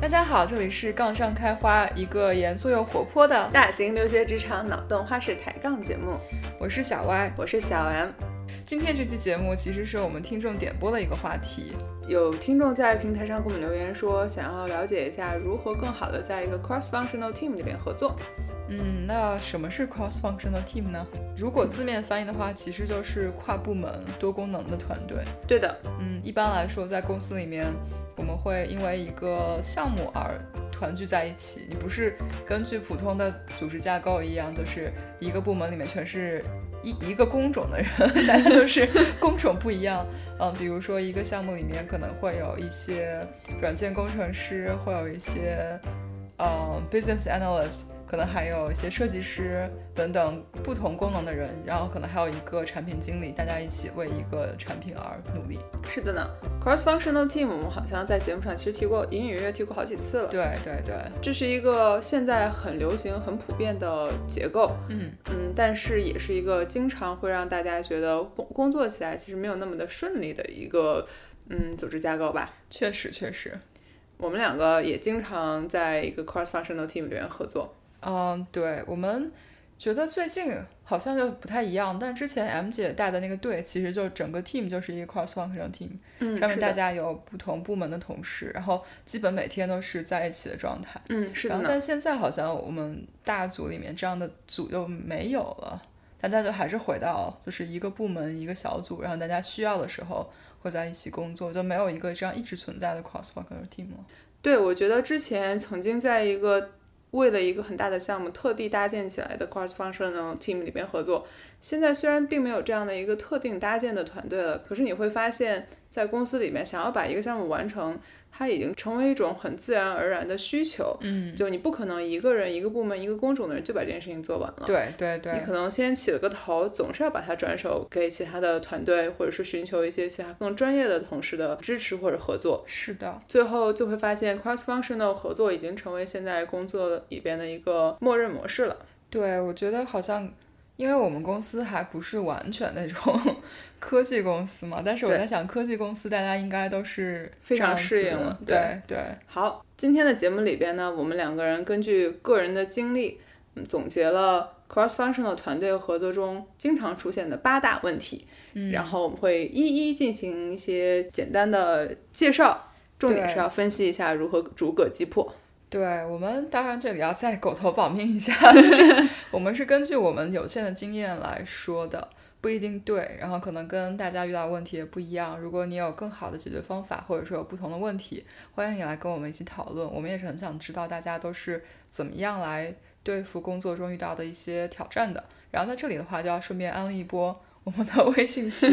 大家好，这里是杠上开花，一个严肃又活泼的，大型留学职场脑洞花式抬杠节目，我是小歪。我是小 M。今天这期节目其实是我们听众点播的一个话题，有听众在平台上给我们留言说，想要了解一下如何更好的在一个 cross-functional team 里边合作。嗯，那什么是 cross functional team 呢？如果字面翻译的话，其实就是跨部门、多功能的团队。对的，嗯，一般来说，在公司里面，我们会因为一个项目而团聚在一起。你不是根据普通的组织架构一样，就是一个部门里面全是一一个工种的人， 大家都是工种不一样。嗯，比如说一个项目里面可能会有一些软件工程师，会有一些嗯 business analyst，可能还有一些设计师等等不同功能的人，然后可能还有一个产品经理，大家一起为一个产品而努力。是的呢。cross-functional team 我们好像在节目上其实提过，隐隐约约提过好几次了。对对对，这是一个现在很流行、很普遍的结构，嗯。嗯，但是也是一个经常会让大家觉得工工作起来其实没有那么的顺利的一个嗯组织架构吧。确实，确实，我们两个也经常在一个 cross-functional team 里面合作。嗯，对，我们觉得最近好像就不太一样，但之前 M 姐带的那个队，其实就整个 team 就是一个 cross functional team，、嗯上面大，家有不同部门的同事，然后基本每天都是在一起的状态。嗯，是然的后，呢。但现在好像我们大组里面这样的组就没有了，大家就还是回到就是一个部门一个小组，然后大家需要的时候会在一起工作，就没有一个这样一直存在的 cross functional team 了。对，我觉得之前曾经在一个为了一个很大的项目特地搭建起来的 cross-functional team 里边合作，现在虽然并没有这样的一个特定搭建的团队了，可是你会发现在公司里面，想要把一个项目完成，它已经成为一种很自然而然的需求。嗯，就你不可能一个人、一个部门、一个工种的人就把这件事情做完了。对对对你，可能先起了个头，总是要把它转手给其他的团队，或者是寻求一些其他更专业的同事的支持或者合作。是的，最后就会发现，cross-functional 合作已经成为现在工作里边的一个默认模式了。对，我觉得好像，因为我们公司还不是完全那种 科技公司嘛，但是我对在想，科技公司大家应该都是非这常样适子应的了对对，好，今天的节目里边呢，我们两个人根据个人的经历，嗯总结了 cross-functional 团队合作中经常出现的八大问题，嗯然后我们会一一进行一些简单的介绍，重点对是要分析一下如何逐个击破。对我们当然这里要再狗头保命一下，就是我们是根据我们有限的经验来说的，不一定对，然后可能跟大家遇到的问题也不一样。如果你有更好的解决方法，或者说有不同的问题，欢迎你来跟我们一起讨论。我们也是很想知道大家都是怎么样来对付工作中遇到的一些挑战的。然后在这里的话，就要顺便安利一波我们的微信群，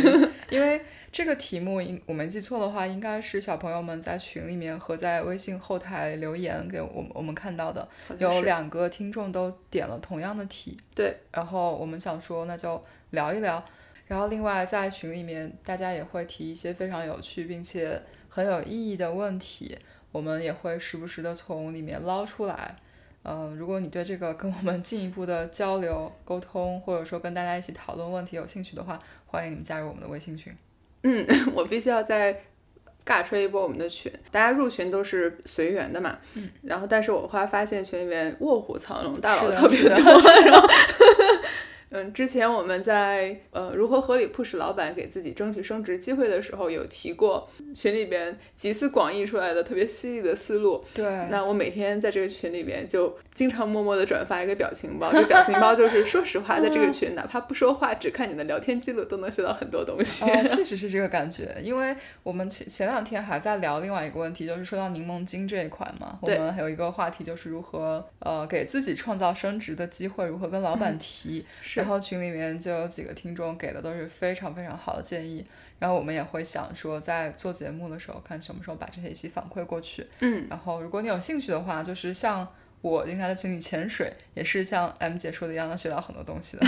因为这个题目应我没记错的话，应该是小朋友们在群里面和在微信后台留言给我们我们看到的，好像有是两个听众都点了同样的题，对，然后我们想说那就聊一聊，然后另外在群里面大家也会提一些非常有趣并且很有意义的问题，我们也会时不时的从里面捞出来。嗯、如果你对这个跟我们进一步的交流沟通，或者说跟大家一起讨论问题有兴趣的话，欢迎你们加入我们的微信群。嗯， 我必须要再尬吹一波我们的群，大家入群都是随缘的嘛。嗯。然后，但是我后来发现群里面卧虎藏龙，大佬是的特别是的多。然后，嗯，之前我们在呃如何合理 push 老板给自己争取升职机会的时候，有提过群里边集思广益出来的特别犀利的思路。对，那我每天在这个群里边就经常默默的转发一个表情包，这个表情包就是说实话，在这个嗯群哪怕不说话，只看你的聊天记录，都能学到很多东西。哦，确实是这个感觉，因为我们前前两天还在聊另外一个问题，就是说到柠檬精这一款嘛，我对们还有一个话题就是如何呃给自己创造升职的机会，如何跟老板提。嗯是然后群里面就有几个听众给的都是非常非常好的建议，然后我们也会想说在做节目的时候看什么时候把这些一起反馈过去。嗯，然后如果你有兴趣的话，就是像。我经常在群里潜水，也是像 M 姐说的一样，能学到很多东西的。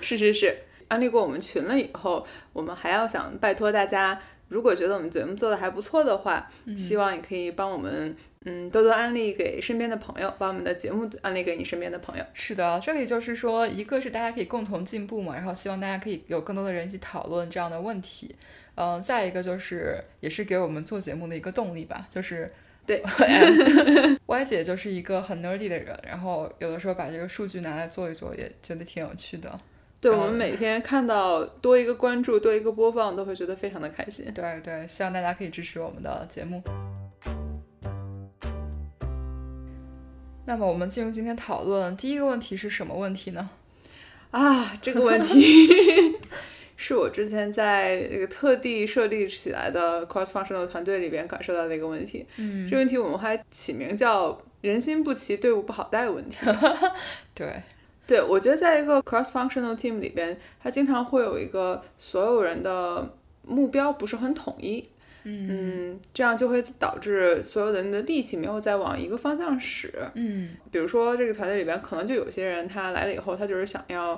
是是是，安利过我们群了以后，我们还要想拜托大家，如果觉得我们节目做的还不错的话，嗯希望你可以帮我们，嗯，多多安利给身边的朋友，把我们的节目安利给你身边的朋友。是的，这里就是说，一个是大家可以共同进步嘛，然后希望大家可以有更多的人一呃起讨论这样的问题，嗯、再一个就是也是给我们做节目的一个动力吧，就是 对 Y 姐就是一个很 nerdy 的人，然后有的时候把这个数据拿来做一做，也觉得挺有趣的。对然我后们每天看到多一个关注，多一个播放，都会觉得非常的开心。对对，希望大家可以支持我们的节目。那么我们进入今天讨论，第一个问题是什么问题呢？啊，这个问 题是我之前在这个特地设立起来的 cross functional 团队里边感受到的一个问题。嗯，这个问题我们还起名叫“人心不齐，队伍不好带”问 题。对，对，我觉得在一个 cross functional team 里边，它经常会有一个所有人的目标不是很统一。嗯，这样就会导致所有人的力气没有再往一个方向使。嗯，比如说这个团队里边，可能就有些人他来了以后，他就是想要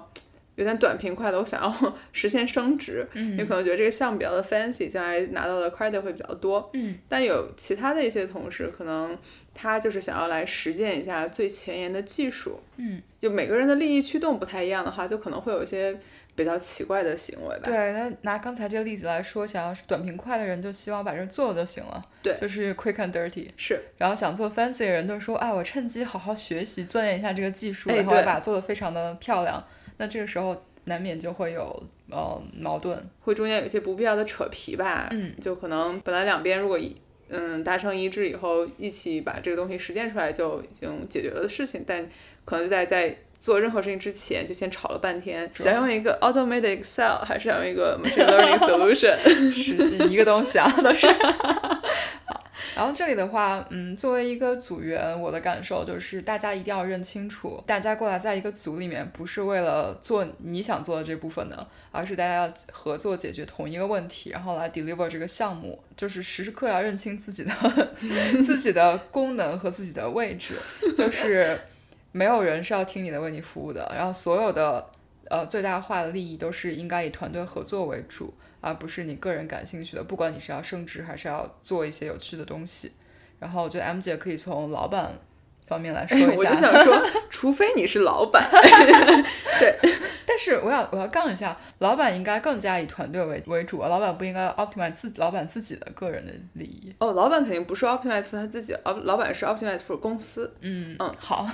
有点短平快的，我想要实现升职，嗯，有可能觉得这个项目比较的 fancy，将来拿到的 credit 会比较多，嗯，但有其他的一些同事，可能他就是想要来实践一下最前沿的技术，嗯，就每个人的利益驱动不太一样的话，就可能会有一些比较奇怪的行为吧，对，那拿刚才这个例子来说，想要是短平快的人，就希望把这做了就行了，对就是 quick and dirty。是。然后想做 fancy 的人就说，哎，我趁机好好学习，钻研一下这个技术，哎然后对把它做得非常的漂亮。那这个时候难免就会有呃矛 盾。会中间有一些不必要的扯皮吧，嗯，就可能本来两边如果一嗯达成一致以后，一起把这个东西实践出来就已经解决了的事情，但可能就在在做任何事情之前就先吵了半天，是想用一个 automated Excel 还是要用一个 machine learning solution，是一个东西啊，都是。 然后这里的话，嗯，作为一个组员，我的感受就是，大家一定要认清楚，大家过来在一个组里面，不是为了做你想做的这部分的，而是大家要合作解决同一个问题，然后来 deliver 这个项目，就是时时刻要认清自己 的自己的功能和自己的位置，就是没有人是要听你的为你服务的，然后所有的呃最大化的利益都是应该以团队合作为主，而不是你个人感兴趣的。不管你是要升职还是要做一些有趣的东西，然后我觉得 M 姐可以从老板方面 来说一 我下，就想说，除非你是老板，但是我要我要杠一下，老板应该更加以团队为为主啊，老板不应该 optimize 自老板自己的个人的利益。哦，老板肯定不是 optimize for 他自己，老老板是 optimize for 公司，嗯嗯，好，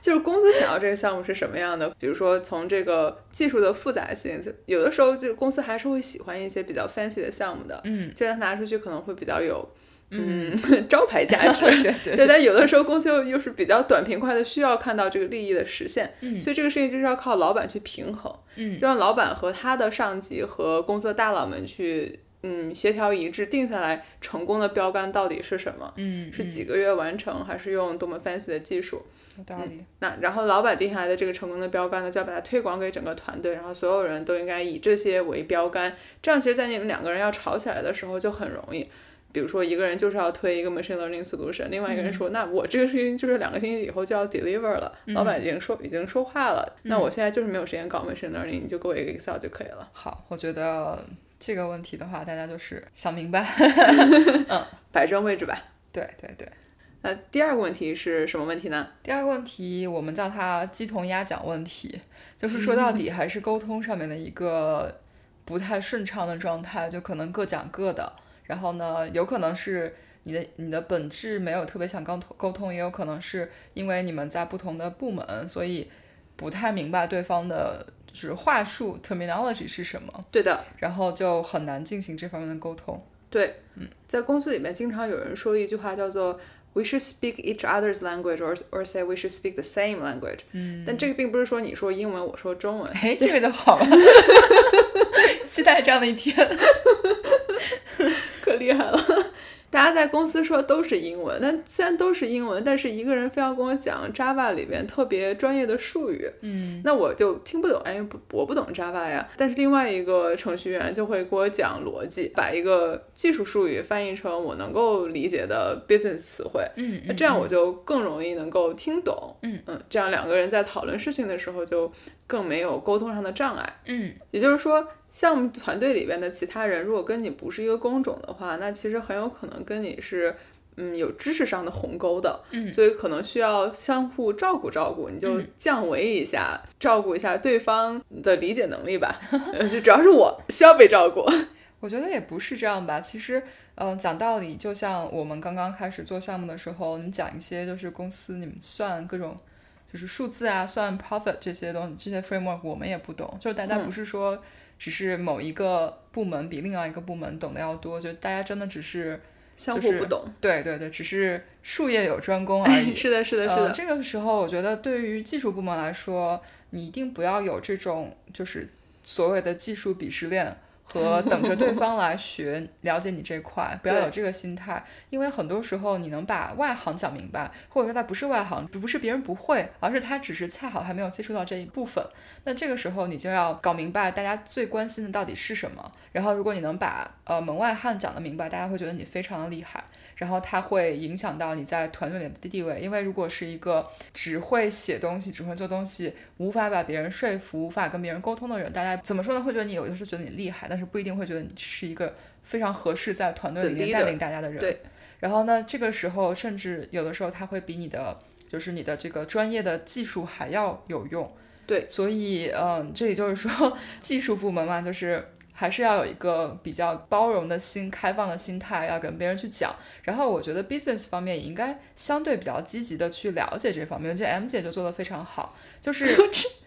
就是公司想要这个项目是什么样的，比如说从这个技术的复杂性，就有的时候就公司还是会喜欢一些比较 fancy 的项目的，嗯，这样拿出去可能会比较有嗯招牌价值。 对对对，但有的时候公司又又是比较短平快的，需要看到这个利益的实现，嗯所以这个事情就是要靠老板去平衡，嗯就让老板和他的上级和公司的大佬们去嗯协调一致，定下来成功的标杆到底是什么，嗯，是几个月完成，还是用多么 fancy 的技术，有道理。那然后老板定下来的这个成功的标杆呢，就要把它推广给整个团队，然后所有人都应该以这些为标杆。这样其实，在你们两个人要吵起来的时候就很容易。比如说，一个人就是要推一个 machine learning solution，另外一个人说，那我这个事情就是两个星期以后就要 deliver 了，老板已经说已经说话了，那我现在就是没有时间搞 machine learning，你就给我一个 Excel 就可以了。好，我觉得这个问题的话，大家就是想明白。摆正位置吧。对对对。那第二个问题是什么问题呢？第二个问题，我们叫它鸡同鸭讲问题，就是说到底还是沟通上面的一个不太顺畅的状态，就可能各讲各的。然后呢，有可能是你的你的本质没有特别想沟通沟通，也有可能是因为你们在不同的部门，所以不太明白对方的就是话术 terminology 是什么，对的，然后就很难进行这方面的沟通。 对，在公司里面经常有人说一句话叫做 “We should speak each other's language” or or say “We should speak the same language”。嗯，但这个并不是说你说英文，我说中文。哎，这个就好了，期待这样的一天。 可厉害了。大家在公司说都是英文，但虽然都是英文，但是一个人非要跟我讲 Java 里边特别专业的术语，嗯，那我就听不懂，哎，不，我不懂 Java 呀。但是另外一个程序员就会给我讲逻辑，把一个技术术语翻译成我能够理解的 business 词汇，嗯那这样我就更容易能够听懂，嗯这样两个人在讨论事情的时候就更没有沟通上的障碍。嗯也就是说，项目团队里边的其他人如果跟你不是一个工种的话，那其实很有可能跟你是。嗯，有知识上的鸿沟的，嗯所以可能需要相互照顾照顾，你就降维一下， 照顾一下对方的理解能力吧。呃就主要是我需要被照顾，我觉得也不是这样吧。其实，嗯、讲道理，就像我们刚刚开始做项目的时候，你讲一些就是公司你们算各种就是数字啊、算 profit 这些东西，这些 framework 我们也不懂。就是大家不是说只是某一个部门比另外一个部门懂得要多，就大家真的只是相就互是不懂。对对对，只是术业有专攻而已。 是的，是的，是呃，的，这个时候我觉得对于技术部门来说，你一定不要有这种就是所谓的技术鄙视链和等着对方来学了解你这块，不要对有这个心态，因为很多时候你能把外行讲明白，或者说他不是外行，不是别人不会，而是他只是恰好还没有接触到这一部分。那这个时候你就要搞明白大家最关心的到底是什么，然后如果你能把呃门外汉讲得明白，大家会觉得你非常的厉害。然后它会影响到你在团队里的地位，因为如果是一个只会写东西、只会做东西，无法把别人说服、无法跟别人沟通的人，大家怎么说呢？会觉得你有的时候觉得你厉害，但是不一定会觉得你是一个非常合适在团队里面 The 带 leader，领大家的人。对然后呢，这个时候甚至有的时候他会比你的就是你的这个专业的技术还要有用。对所以嗯，这里就是说技术部门嘛，就是。还是要有一个比较包容的心、开放的心态，要跟别人去讲。然后我觉得 business 方面也应该相对比较积极的去了解这方面。我觉得 M 姐就做的非常好，就是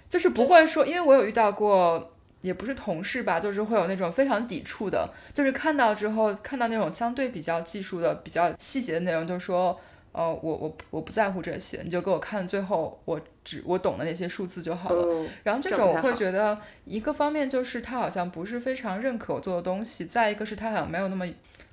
就是不会说，因为我有遇到过，也不是同事吧，就是会有那种非常抵触的，就是看到之后看到那种相对比较技术的、比较细节的内容，就说。呃，我我我不在乎这些，你就给我看最后我只我懂的那些数字就好了。哦，然后这这种样不我太会好觉得，一个方面就是他好像不是非常认可我做的东西，再一个是他好像没有那么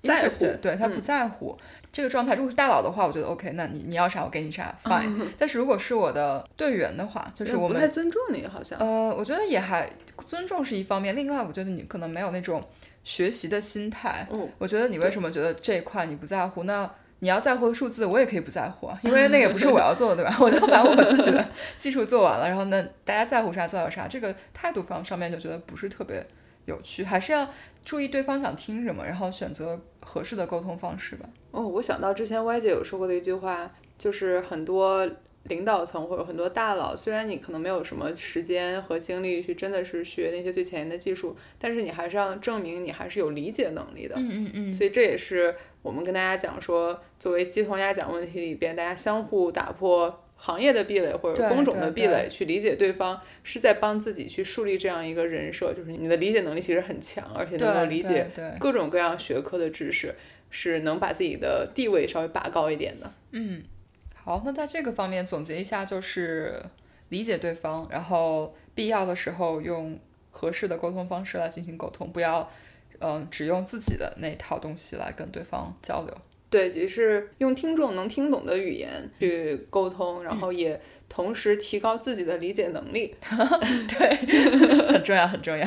在乎 interested，对他不嗯在乎、这个状态。如果是大佬的话，我觉得 OK，那你你要啥我给你 啥，fine。但是如果是我的队员的话，就是我嗯不太们尊重你，好像。呃，我觉得也还尊重是一方面，另外我觉得你可能没有那种学习的心态。哦我觉得你为什么觉得这一块你不在乎？那你要在乎的数字，我也可以不在乎啊， 因为那个也不是我要做的，对吧？我就把我自己的技术做完了，然后呢，大家在乎啥做到啥，这个态度方上面就觉得不是特别有趣，还是要注意对方想听什么，然后选择合适的沟通方式吧。哦，我想到之前 Y 姐有说过的一句话，就是很多领导层或者很多大佬，虽然你可能没有什么时间和精力去真的是学那些最前沿的技术，但是你还是要证明你还是有理解能力的。嗯嗯嗯，所以这也是我们跟大家讲说，作为鸡同鸭讲问题里边，大家相互打破行业的壁垒或者对工种对的壁对垒，去理解对方，是在帮自己去树立这样一个人设，就是你的理解能力其实很强，而且能够对理解对对各种各样学科的知识，是能把自己的地位稍微拔高一点的。好，那在这个方面总结一下，就是理解对方，然后必要的时候用合适的沟通方式来进行沟通，不要嗯、呃只用自己的那套东西来跟对方交流。 对，只是用听众能听懂的语言去沟通，然后也同时提高自己的理解能力。很重要，很重要。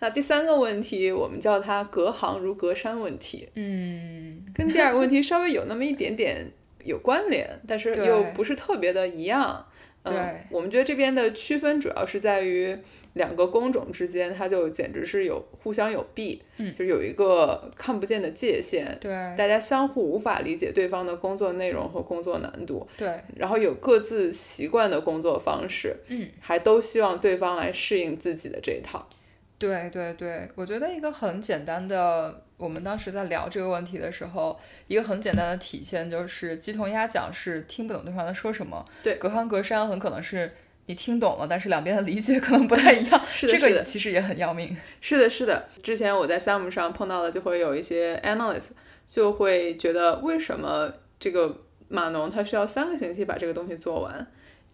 那第三个问题，我们叫它隔行如隔山问题，嗯，跟第二个问题稍微有那么一点点有关联，但是对又不是特别的一样。嗯对，我们觉得这边的区分主要是在于两个工种之间，它就简直是有互相有弊，嗯就是有一个看不见的界限，对大家相互无法理解对方的工作内容和工作难度，对然后有各自习惯的工作方式，嗯，还都希望对方来适应自己的这一套。对对对，我觉得一个很简单的，我们当时在聊这个问题的时候，一个很简单的体现就是鸡同鸭讲是听不懂对方在说什么，对隔行隔山很可能是你听懂了，但是两边的理解可能不太一样，是的这个是也的其实也很要命。是的，是的。之前我在项目上碰到的，就会有一些 analyst 就会觉得，为什么这个码农他需要三个星期把这个东西做完？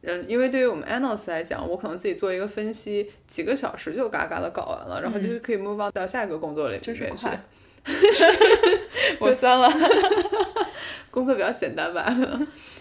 嗯，因为对于我们 analyst 来讲，我可能自己做一个分析，几个小时就嘎嘎的搞完了，然后就是可以 move on 到下一个工作里嗯真是面去快。 我酸了，工作比较简单吧，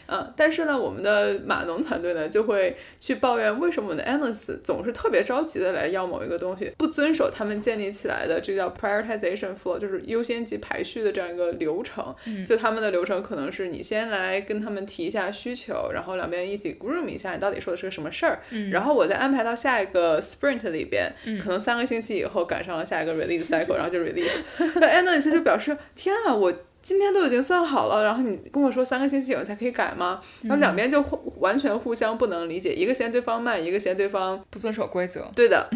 嗯，但是呢，我们的码农团队呢就会去抱怨为什么我们的 analyst 总是特别着急的来要某一个东西，不遵守他们建立起来的这叫 prioritization flow，就是优先级排序的这样一个流程。嗯就他们的流程可能是你先来跟他们提一下需求，然后两边一起 groom 一下你到底说的是个什么事儿，嗯然后我再安排到下一个 sprint 里边，可能三个星期以后赶上了下一个 release cycle，然后就 release。那 analyst 就表示：天啊，我今天都已经算好了，然后你跟我说三个星期以后才可以改吗？然后两边就互完全互相不能理解，一个嫌对方慢，一个嫌对方不遵守规则。对的。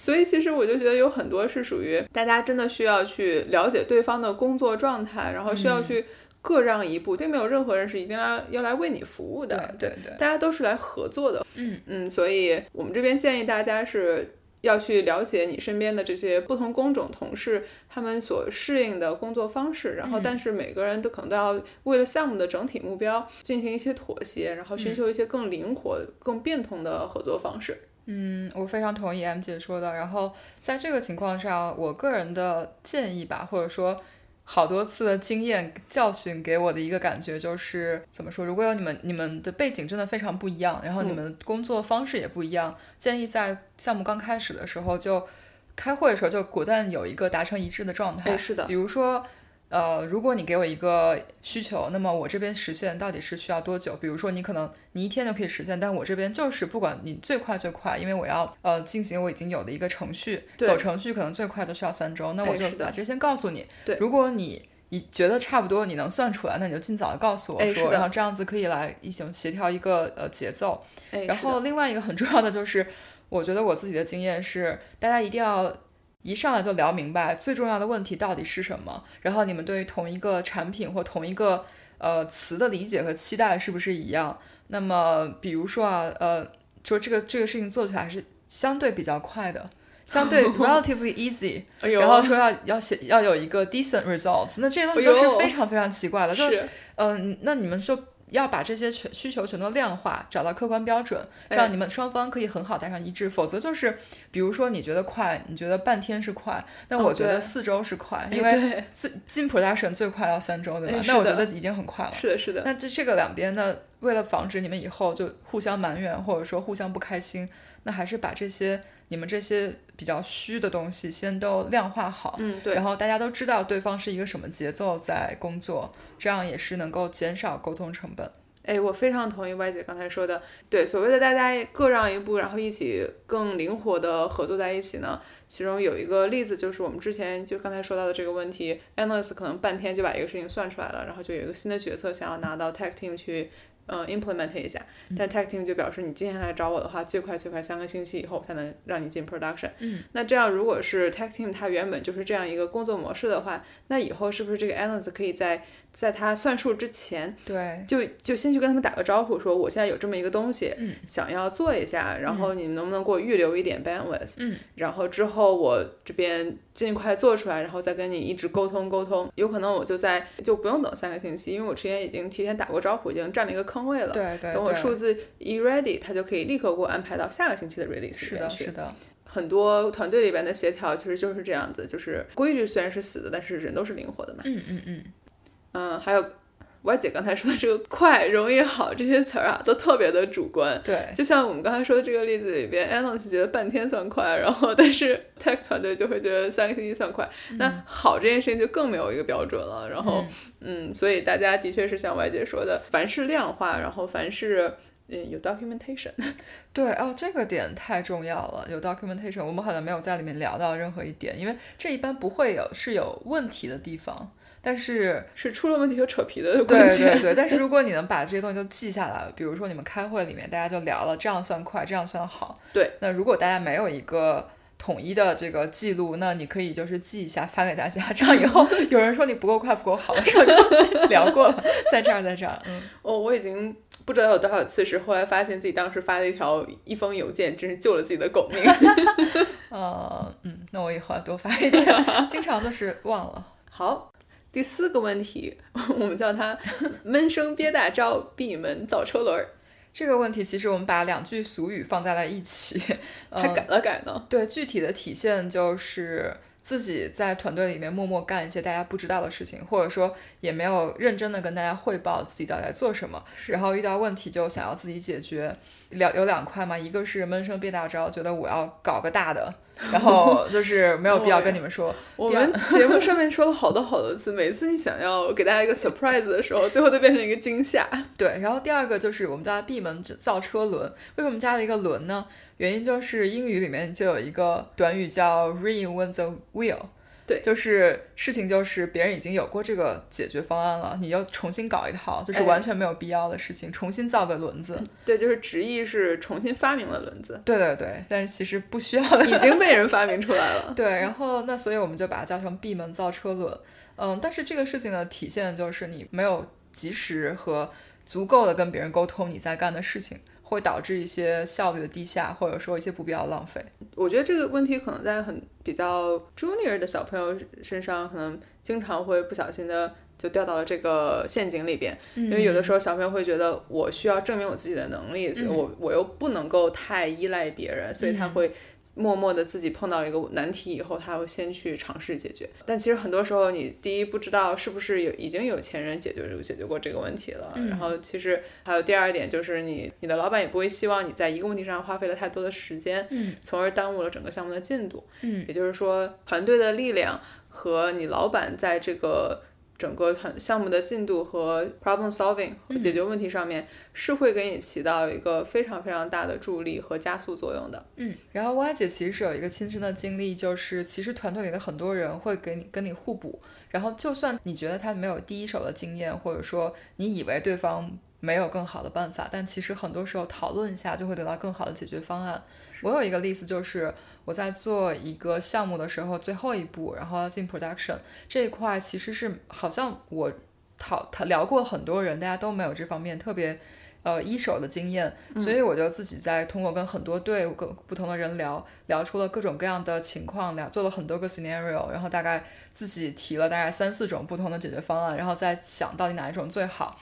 所以其实我就觉得有很多是属于大家真的需要去了解对方的工作状态，然后需要去各让一步，并没有任何人是一定要要来为你服务的，对对对大家都是来合作的。嗯嗯，所以我们这边建议大家是。要去了解你身边的这些不同工种同事，他们所适应的工作方式，然嗯后但是每个人都可能都要为了项目的整体目标进行一些妥协，然后寻求一些更灵活、更变通的合作方式。嗯，我非常同意 M 姐说的。然后在这个情况上，我个人的建议吧，或者说好多次的经验教训给我的一个感觉就是，怎么说？如果有你们你们的背景真的非常不一样，然后你们工作方式也不一样，建议在项目刚开始的时候就开会的时候就果断有一个达成一致的状态。哎是的比如说。呃，如果你给我一个需求，那么我这边实现到底是需要多久？比如说，你可能你一天就可以实现，但我这边就是不管你最快最快，因为我要呃进行我已经有的一个程序，对走程序可能最快就需要三周，那哎我就是的把这先告诉你。对如果你你觉得差不多，你能算出来，那你就尽早的告诉我哎是说，的然后这样子可以来一起协调一个呃节奏。哎，然是的后另外一个很重要的就是，我觉得我自己的经验是，大家一定要一上来就聊明白最重要的问题到底是什么，然后你们对于同一个产品或同一个呃词的理解和期待是不是一样？那么比如说啊，呃，说这个这个事情做起来是相对比较快的。相 对 relatively easy，、哎呦然后说要要写要有一个 decent results，那这些东西都哎是呦非常非常奇怪的，就是嗯，那你们就要把这些全需求全都量化，找到客观标准，这哎样你们双方可以很好达成一致。否则就是，比如说你觉得快，你觉得半天是快，那哦我觉对得四周是快，因哎为对最进 production 最快要三周，对吧哎？那是我觉的得已经很快了。是的，是的，那这这个两边呢，为了防止你们以后就互相埋怨或者说互相不开心，那还是把这些你们这些比较虚的东西先都量化好，嗯对然后大家都知道对方是一个什么节奏在工作，这样也是能够减少沟通成本。哎，我非常同意 Y 姐刚才说的，对，所谓的大家各让一步，然后一起更灵活的合作在一起呢，其中有一个例子就是我们之前就刚才说到的这个问题，analyst 可能半天就把一个事情算出来了，然后就有一个新的决策想要拿到 tech team 去。呃 i m p l e m e n t 一下，但 tech team 就表示你今天来找我的话，最快最快三个星期以后才能让你进 production。嗯，那这样如果是 tech team 它原本就是这样一个工作模式的话，那以后是不是这个 analyst 可以在在他算数之前对，就就先去跟他们打个招呼，说我现在有这么一个东西，嗯想要做一下，然后你们能不能给我预留一点 bandwidth？嗯，然后之后我这边尽快做出来，然后再跟你一直沟通沟通。有可能我就在就不用等三个星期，因为我之前已经提前打过招呼，已经占了一个坑位了。对对等我对数字一 ready，他就可以立刻给我安排到下个星期的 release 里是面的，去。是的，很多团队里边的协调其实就是这样子，就是规矩虽然是死的，但是人都是灵活的嘛。嗯嗯嗯，嗯，还有歪姐刚才说的这个快、容易、好这些词儿啊，都特别的主观。对，就像我们刚才说的这个例子里边 a n a l y s 觉得半天算快，然后但是 tech 团队就会觉得三个星期算快。嗯那好这件事情就更没有一个标准了。然后，嗯所以大家的确是像歪姐说的，凡是量化，然后凡是嗯有 documentation。对哦，这个点太重要了。有 documentation，我们好像没有在里面聊到任何一点，因为这一般不会有是有问题的地方，但是是出了问题和扯皮 的关对键。对对，但是如果你能把这些东西都记下来，比如说你们开会里面大家就聊了，这样算快，这样算好。对，那如果大家没有一个统一的这个记录，那你可以就是记一下发给大家，这样以后有人说你不够快不够好的时候就聊过了，在这儿在这儿，嗯，哦，我已经不知道有多少次是后来发现自己当时发了一条一封邮件，真是救了自己的狗命。 呃嗯，那我以后要多发一点，经常就是忘了，好，第四个问题，我们叫它闷声憋大招，闭门造车轮儿，这个问题其实我们把两句俗语放在了一起，还改了改呢。对，具体的体现就是自己在团队里面默默干一些大家不知道的事情，或者说也没有认真的跟大家汇报自己到底在做什么，然后遇到问题就想要自己解决。两有两块嘛，一个是闷声变大招，觉得我要搞个大的，然后就是没有必要跟你们说。我第二们节目上面说了好多好多次，每次你想要给大家一个 surprise 的时候，最后都变成一个惊吓。对，然后第二个就是我们叫它闭门造车轮。为什么加了一个轮呢？原因就是英语里面就有一个短语叫 reinvent the wheel，对就是事情就是别人已经有过这个解决方案了，你又重新搞一套，就是哎嗯完全没有必要的事情，重新造个轮子。对，就是直译是重新发明了轮子，对对对，但是其实不需要的。已经被人发明出来了。对，然后那所以我们就把它叫成闭门造车轮。嗯，但是这个事情的体现就是你没有及时和足够的跟别人沟通你在干的事情，会导致一些效率的低下，或者说一些不必要的浪费。我觉得这个问题可能在很比较 junior 的小朋友身上，可能经常会不小心的就掉到了这个陷阱里边。因为有的时候小朋友会觉得我需要证明我自己的能力，所以我我又不能够太依赖别人，所以他会默默的自己碰到一个难题以后，他会先去尝试解决。但其实很多时候，你第一不知道是不是有已经有前人解决解决过这个问题了，然后其实还有第二点就是你你的老板也不会希望你在一个问题上花费了太多的时间，嗯，从而耽误了整个项目的进度。嗯，也就是说，团队的力量和你老板在这个整个团项目的进度和 problem solving 和解决问题上面，是会给你起到一个非常非常大的助力和加速作用的。嗯，然后 Y 姐其实是有一个亲身的经历，就是其实团队里的很多人会给你跟你互补，然后就算你觉得他没有第一手的经验，或者说你以为对方没有更好的办法，但其实很多时候讨论一下就会得到更好的解决方案。我有一个例子就是。我在做一个项目的时候，最后一步，然后要进 production 这一块，其实是好像我讨讨聊过很多人，大家都没有这方面特别呃一手的经验，所以我就自己在通过跟很多队伍、跟不同的人聊，聊出了各种各样的情况，聊做了很多个 scenario，然后大概自己提了大概三四种不同的解决方案，然后再想到底哪一种最好。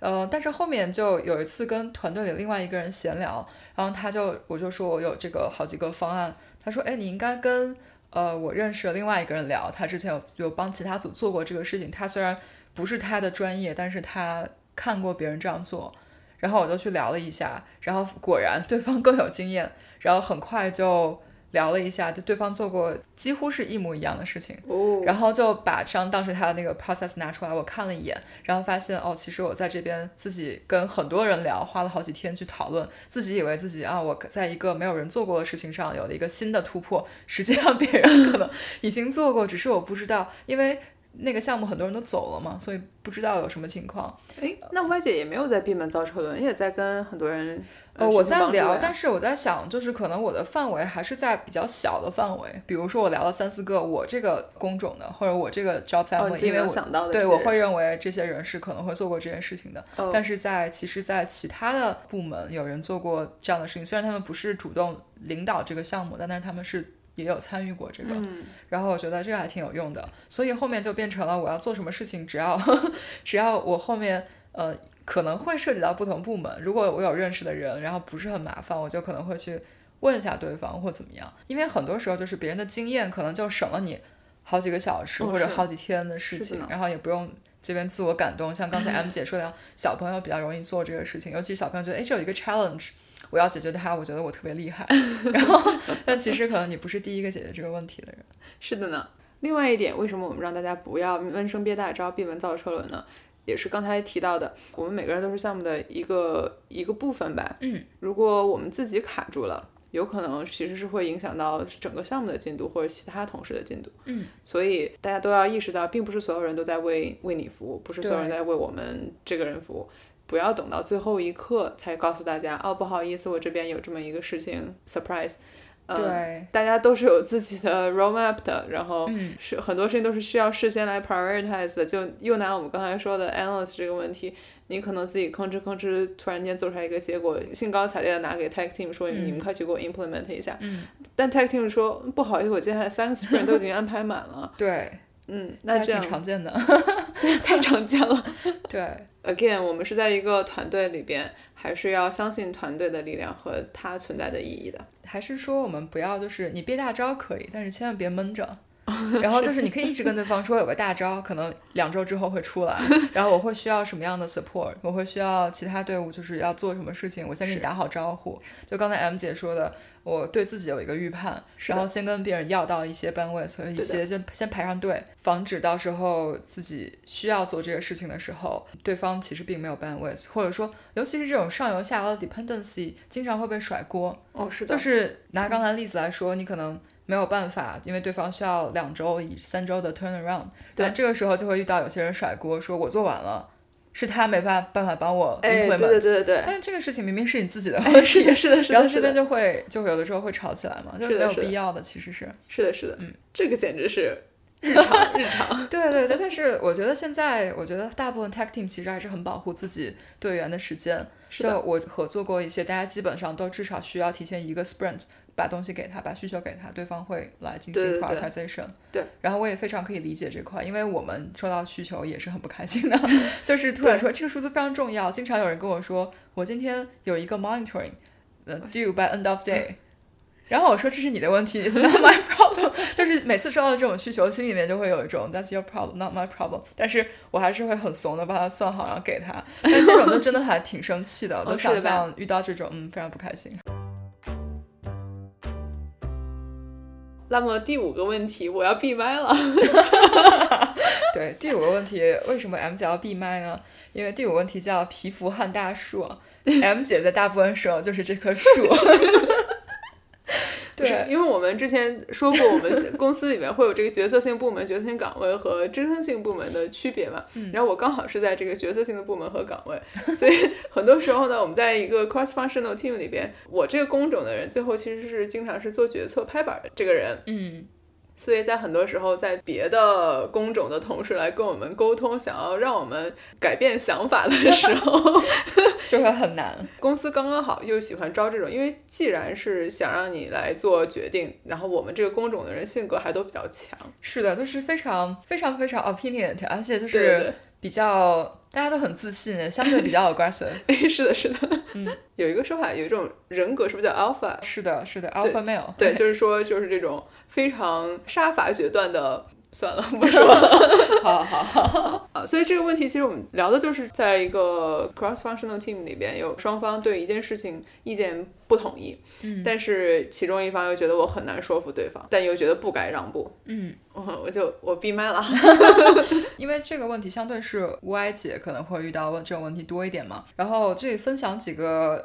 呃，但是后面就有一次跟团队里另外一个人闲聊，然后他就我就说我有这个好几个方案，他说，哎，你应该跟呃我认识的另外一个人聊，他之前有有帮其他组做过这个事情，他虽然不是他的专业，但是他看过别人这样做，然后我就去聊了一下，然后果然对方更有经验，然后很快就聊了一下，就对方做过几乎是一模一样的事情，哦然后就把上当时他的那个 process 拿出来，我看了一眼，然后发现哦，其实我在这边自己跟很多人聊，花了好几天去讨论，自己以为自己啊，我在一个没有人做过的事情上有了一个新的突破，实际上别人可能已经做过，只是我不知道，因为那个项目很多人都走了嘛，所以不知道有什么情况。哎，那歪姐也没有在闭门造车轮，也在跟很多人呃，我在聊，但。但是我在想，就是可能我的范围还是在比较小的范围，比如说我聊了三四个我这个工种的，或者我这个 job 哦 family，、你自己因为没有我想到的对这我些会认为这些人是可能会做过这件事情的，哦但是在其实，在其他的部门有人做过这样的事情，虽然他们不是主动领导这个项目，但但是他们是。也有参与过这个，嗯然后我觉得这个还挺有用的，所以后面就变成了我要做什么事情，只要 只要我后面呃可能会涉及到不同部门。如果我有认识的人，然后不是很麻烦，我就可能会去问一下对方或怎么样，因为很多时候就是别人的经验可能就省了你好几个小时哦或者是好几天的事是情的，然后也不用。这边自我感动，像刚 才 M 姐说的样，小朋友比较容易做这个事情，尤其小朋友觉得，哎，这有一个 challenge，我要解决它，我觉得我特别厉害。 然后，但其实可能你不是第一个解决这个问题的人。是的呢。另外一点，为什么我们让大家不要闷声憋大招、闭门造车轮呢？也是刚才提到的，我们每个人都是项目的一个一个部分吧。嗯，如果我们自己卡住了，有可能其实是会影响到整个项目的进度或者其他同事的进度。嗯，所以大家都要意识到，并不是所有人都在为为你服务，不是所有人对在为我们这个人服务。不要等到最后一刻才告诉大家，哦，不好意思，我这边有这么一个事情，surprise。呃，对，大家都是有自己的 roadmap 的，然后是很多事情都是需要事先来 prioritize 的。就又拿我们刚才说的 analyst 这个问题，你可能自己吭哧吭哧，突然间做出来一个结果，兴高采烈的拿给 tech team 说，你们快去给我 implement 一下。但 tech team 说，不好意思，我接下来三个 sprint 都已经安排满了。对，嗯，那还这挺样常见 的。对太常见了。对， again，我们是在一个团队里边，还是要相信团队的力量和它存在的意义的。还是说我们不要，就是你憋大招可以，但是千万别闷着。然后就是你可以一直跟对方说有个大招，可能两周之后会出来，然后我会需要什么样的 support，我会需要其他队伍就是要做什么事情，我先给你打好招呼。就刚才 M 姐说的，我对自己有一个预判，是然的后先跟别人要到一些 bandwidth，和一对的些先先排上队，防止到时候自己需要做这个事情的时候，对方其实并没有 bandwidth，或者说尤其是这种上游下游的 dependency，经常会被甩锅。哦，是就是拿刚才例子来说，你可能没有办法，因为对方需要两周以三周的 turnaround，对然后这个时候就会遇到有些人甩锅，说我做完了，是他没办办法帮我 implement，、哎，对对对对对，但是这个事情明明是你自己的哎，问 是题，啊 的，是的，是然后的，这是边的，就会就会有的时候会吵起来嘛，就是没的有是的必要的，其实是。是的，是的，嗯，这个简直是对对对，但是我觉得现在，我觉得大部分 tech team 其实还是很保护自己队员的时间。是就的我合作过一些，大家基本上都至少需要提前一个 sprint 把东西给他，把需求给他，对方会来进行对对对 prioritization。对然后我也非常可以理解这块，因为我们收到需求也是很不开心 的，就是突然说这个数字非常重要，经常有人跟我说，我今天有一个 monitoring，呃，due 哦 by end of day。然后我说这是你的问题，It's not my problem。就是 每次收到这种需求，心里面就会有一种 That's your problem, not my problem。但是我还是会很怂的把它算好，然后给他。但这种就真的还挺生气的，我都哦是的想吧象遇到这种，嗯，非常不开心。那么第五个问题，我要闭麦了。对，第五个问题，为什么 M 姐要闭麦呢？因为第五个问题叫皮肤旱大树 ，M 姐在大部分时候就是这棵树。 就是对，因为我们之前说过，我们公司里面会有这个角色性部门、角色性岗位和职称性部门的区别嘛。嗯然后我刚好是在这个角色性的部门和岗位，所以很多时候呢，我们在一个 cross functional team 里边，我这个工种的人最后其实是经常是做决策拍板的这个人。嗯。所以在很多时候，在别的工种的同事来跟我们沟通，想要让我们改变想法的时候，就会很难。公司刚刚好又喜欢招这种，因为既然是想让你来做决定，然后我们这个工种的人性格还都比较强，是的，就是非常非常非常 opinionate，而且就对是对比较大家都很自信，相对比较 aggressive。对， 是的，是的，嗯，有一个说法，有一种人格是不是叫 alpha？是的，是的，alpha male。对，就是说就是这种非常杀伐决断的。算了，不说了好好好，啊。所以这个问题其实我们聊的就是在一个 cross functional team 里边，有双方对一件事情意见不统一，嗯，但是其中一方又觉得我很难说服对方，但又觉得不该让步，嗯， 我我就我闭麦了。 因为这个问题相对是 Y 姐可能会遇到问这种问题多一点嘛。然后这里分享几个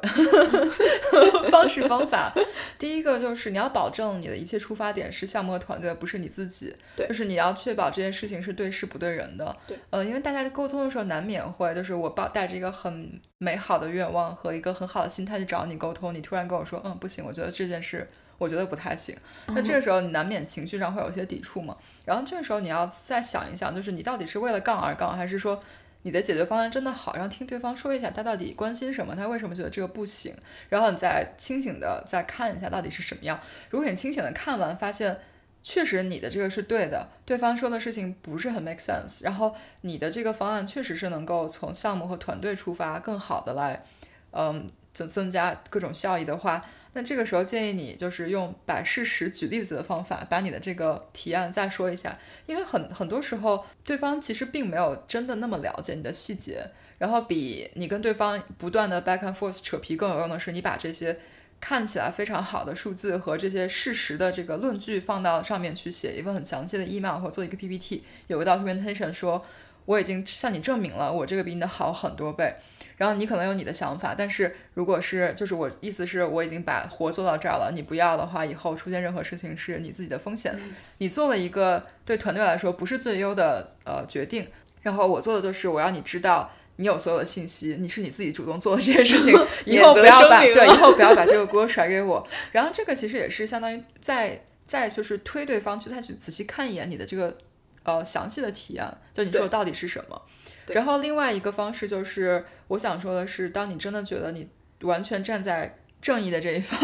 方式方法。第一个就是你要保证你的一切出发点是项目和团队，不是你自己。对就是你要确保这件事情是对事不对人的。对，呃，因为大家在沟通的时候难免会，就是我抱带着一个很美好的愿望和一个很好的心态去找你沟通，你突然跟我说，嗯，不行，我觉得这件事。我觉得不太行，那这个时候你难免情绪上会有一些抵触嘛。然后这个时候你要再想一想，就是你到底是为了杠而杠，还是说你的解决方案真的好？然后听对方说一下他到底关心什么，他为什么觉得这个不行？然后你再清醒的再看一下到底是什么样。如果你清醒的看完，发现确实你的这个是对的，对方说的事情不是很 make sense，然后你的这个方案确实是能够从项目和团队出发，更好的来，嗯，增增加各种效益的话，那这个时候建议你就是用摆事实举例子的方法，把你的这个提案再说一下，因为很很多时候对方其实并没有真的那么了解你的细节，然后比你跟对方不断的 back and forth 扯皮更有用的是，你把这些看起来非常好的数字和这些事实的这个论据放到上面去，写一份很详细的 email 或做一个 PPT，有个 documentation 说我已经向你证明了我这个比你的好很多倍。然后你可能有你的想法，但是如果是就是我意思是我已经把活做到这儿了，你不要的话，以后出现任何事情是你自己的风险。嗯你做了一个对团队来说不是最优的呃决定，然后我做的就是我要你知道。你有所有的信息，你是你自己主动做的这些事 情，以后免责不要把声明对，以后不要把这个锅甩给我。然后这个其实也是相当于在在就是推对方去再去仔细看一眼你的这个呃详细的提案，就你说对到底是什么。对然后另外一个方式就是，我想说的是，当你真的觉得你完全站在正义的这一方，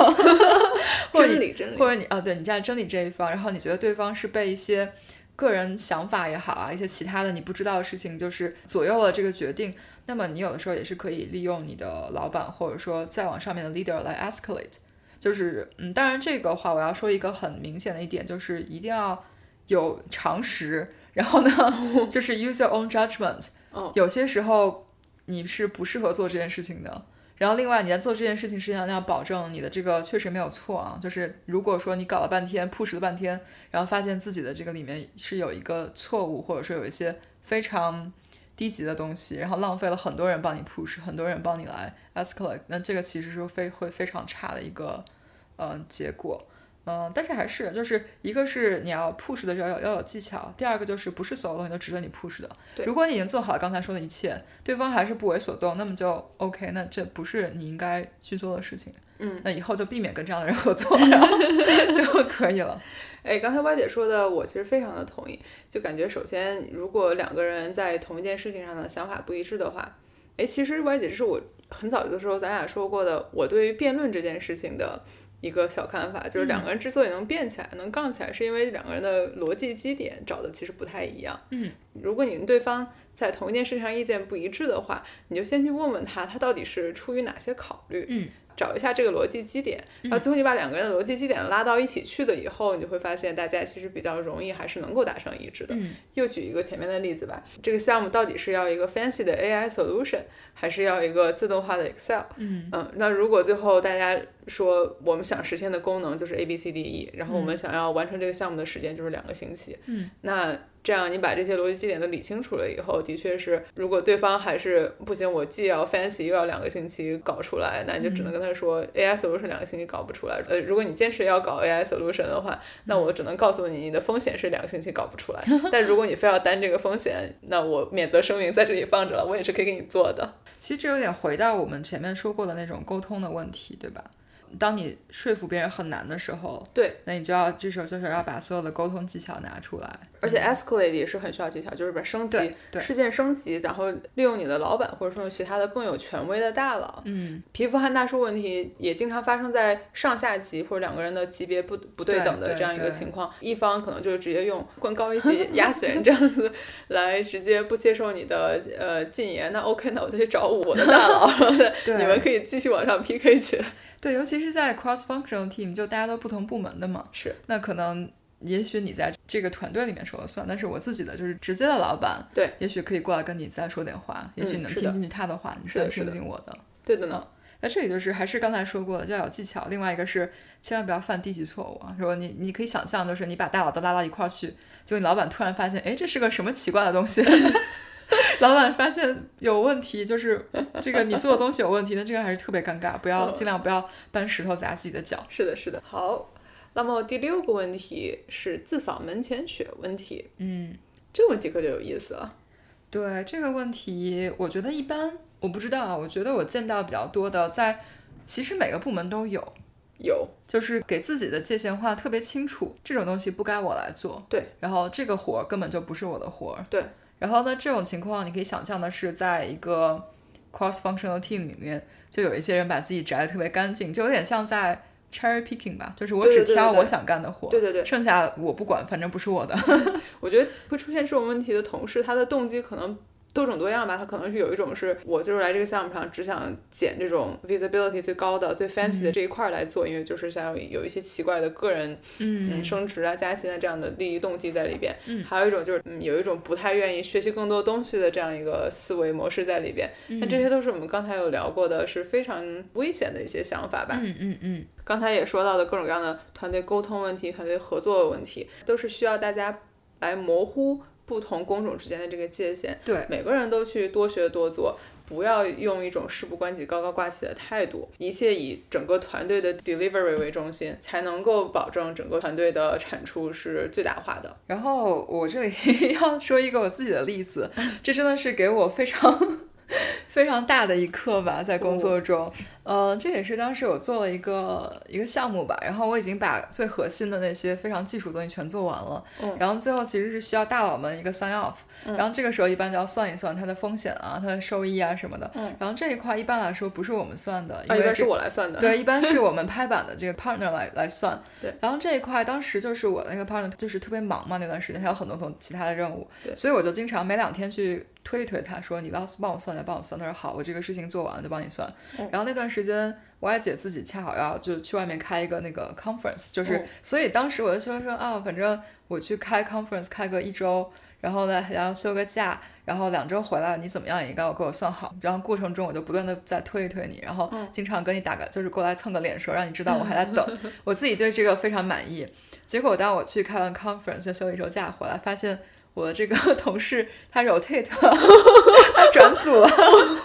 或者真你理真 理，或者你啊，对你站在真理这一方，然后你觉得对方是被一些个人想法也好啊，一些其他的你不知道的事情，就是左右了这个决定，那么你有的时候也是可以利用你的老板或者说再往上面的 leader 来 escalate。就是嗯，当然这个话我要说一个很明显的一点，就是一定要有常识，然后呢，就是 use your own judgment。哦有些时候你是不适合做这件事情的。然后，另外你在做这件事情之前，要保证你的这个确实没有错啊。就是如果说你搞了半天，push 了半天，然后发现自己的这个里面是有一个错误，或者说有一些非常低级的东西，然后浪费了很多人帮你 push，很多人帮你来 escalate，那这个其实是非会非常差的一个呃结果。嗯，但是还是就是一个是你要 push 的时候要要有技巧，第二个就是不是所有东西都值得你 push 的。对如果你已经做好了刚才说的一切，对方还是不为所动，那么就 OK，那这不是你应该去做的事情。嗯，那以后就避免跟这样的人合作了， 就可以了。哎，刚才歪姐说的，我其实非常的同意。就感觉首先，如果两个人在同一件事情上的想法不一致的话，哎，其实歪姐这是我很早的时候咱俩说过的，我对于辩论这件事情的一个小看法，就是嗯两个人之所以能辩起来、能杠起来，是因为两个人的逻辑基点找的其实不太一样。嗯，如果你跟对方在同一件事情上意见不一致的话，你就先去问问他，他到底是出于哪些考虑。嗯。找一下这个逻辑基点，然后最后你把两个人的逻辑基点拉到一起去的以后，你就会发现大家其实比较容易还是能够达成一致的。嗯又举一个前面的例子吧，这个项目到底是要一个 fancy 的 AI solution，还是要一个自动化的 Excel？嗯嗯，那如果最后大家说我们想实现的功能就是 A B C D E，然后我们想要完成这个项目的时间就是两个星期，嗯，那这样你把这些逻辑基点都理清楚了以后，的确是，如果对方还是不行，我既要 fancy 又要两个星期搞出来，那你就只能跟他说、AI solution 两个星期搞不出来。呃，如果你坚持要搞 AI solution 的话，那我只能告诉你，你的风险是两个星期搞不出来。但如果你非要担这个风险，那我免责声明在这里放着了，我也是可以给你做的。其实这有点回到我们前面说过的那种沟通的问题，对吧？当你说服别人很难的时候，对，那你就要这时候就是要把所有的沟通技巧拿出来。而且 escalate 也是很需要技巧，就是把升嗯级对对事件升级，然后利用你的老板或者说用其他的更有权威的大佬。嗯，皮肤和大叔问题也经常发生在上下级或者两个人的级别不不对对等的对这样一个对情况，一方可能就是直接用更高 一级压死人这样子来直接不接受你的呃进言，那 OK，那我就去找我的 大佬，对你们可以继续往上 PK 去。对，尤其是在 cross functional team，就大家都不同部门的嘛，是那可能也许你在这个团队里面说了算，但是我自己的就是直接的老板，对，嗯也许可以过来跟你再说点话，也许你能是的听进去他的话，你是的再是听的不进我的。对的呢，那这里就是还是刚才说过的，要有技巧。另外一个是千万不要犯低级错误啊！说你你可以想象，就是你把大佬都拉到一块儿去，结果你老板突然发现，哎，这是个什么奇怪的东 西。老板发现有问题，就是这个你做的东西有问题，那这个还是特别尴尬。不要嗯尽量不要搬石头砸自己的脚。是的，是的。好，那么第六个问题是自扫门前雪问题。嗯，这个问题可就有意思了。对这个问题，我觉得一般，我不知道啊。我觉得我见到比较多的，在其实每个部门都有，有，啊就是给自己的界限画特别清楚，这种东西不该我来做。对，然后这个活儿根本就不是我的活儿。对，然后呢，这种情况你可以想象的是，在一个 cross functional team 里面，就有一些人把自己摘得特别干净，就有点像在 cherry picking 吧，就是我对对只对对挑对我想干的活儿，对对对剩下我不管，反正不是我的。我觉得会出现这种问题的同事，他的动机可能多种多样吧。他可能是有一种是我就是来这个项目上只想捡这种 visibility 最高的、最嗯 fancy 的这一块儿来做，因为就是想要有一些奇怪的个人嗯升职啊、加薪啊这样的利益动机在里边。嗯，还有一种就是嗯有一种不太愿意学习更多东西的这样一个思维模式在里边。嗯那、这些都是我们刚才有聊过的，是非常危险的一些想法吧。嗯嗯嗯，刚才也说到的各种各样的团队沟通问题、团队合作问题，都是需要大家来模糊不同工种之间的这个界限。对，每个人都去多学多做，不要用一种事不关己高高挂起的态度，一切以整个团队的 delivery 为中心，才能够保证整个团队的产出是最大化的。然后我这里 要说一个我自己的例 子，这真的是给我非常 非常大的一课吧，在工作哦中。呃，这也是当时我做了一个一个项目吧，然后我已经把最核心的那些非常基础的东西全做完了，嗯然后最后其实是需要大佬们一个 sign off，、然后这个时候一般就要算一算它的风险啊、它的收益啊什么的，嗯然后这一块一般来说不是我们算的，呃因啊，为一这般是我来算的。，对，一般 是我们拍板的这个 partner 来来算。对，然后这一块当时就是我那个 partner 就是特别忙嘛，那段时间他有很多种其他的任务，对所以我就经常每两天去推一推他，说你帮帮我算一下，帮我算。他说好，我这个事情做完了就帮你算。嗯然后那段时间。我爱姐自己恰好要就去外面开一个那个 conference，就是、嗯所以当时我就说说啊，反正我去开 conference 开个一周，然后呢，然后休个假，然后两周回来，你怎么样也给我给我算好。然后过程中我就不断的在推一推你，然后经常跟你打个就是过来蹭个脸熟，让你知道我还在等。我自己对这个非常满意。结果当我去开完 conference 就休一周假回来，发现。我的这个 同事他 rotate，了他转组了，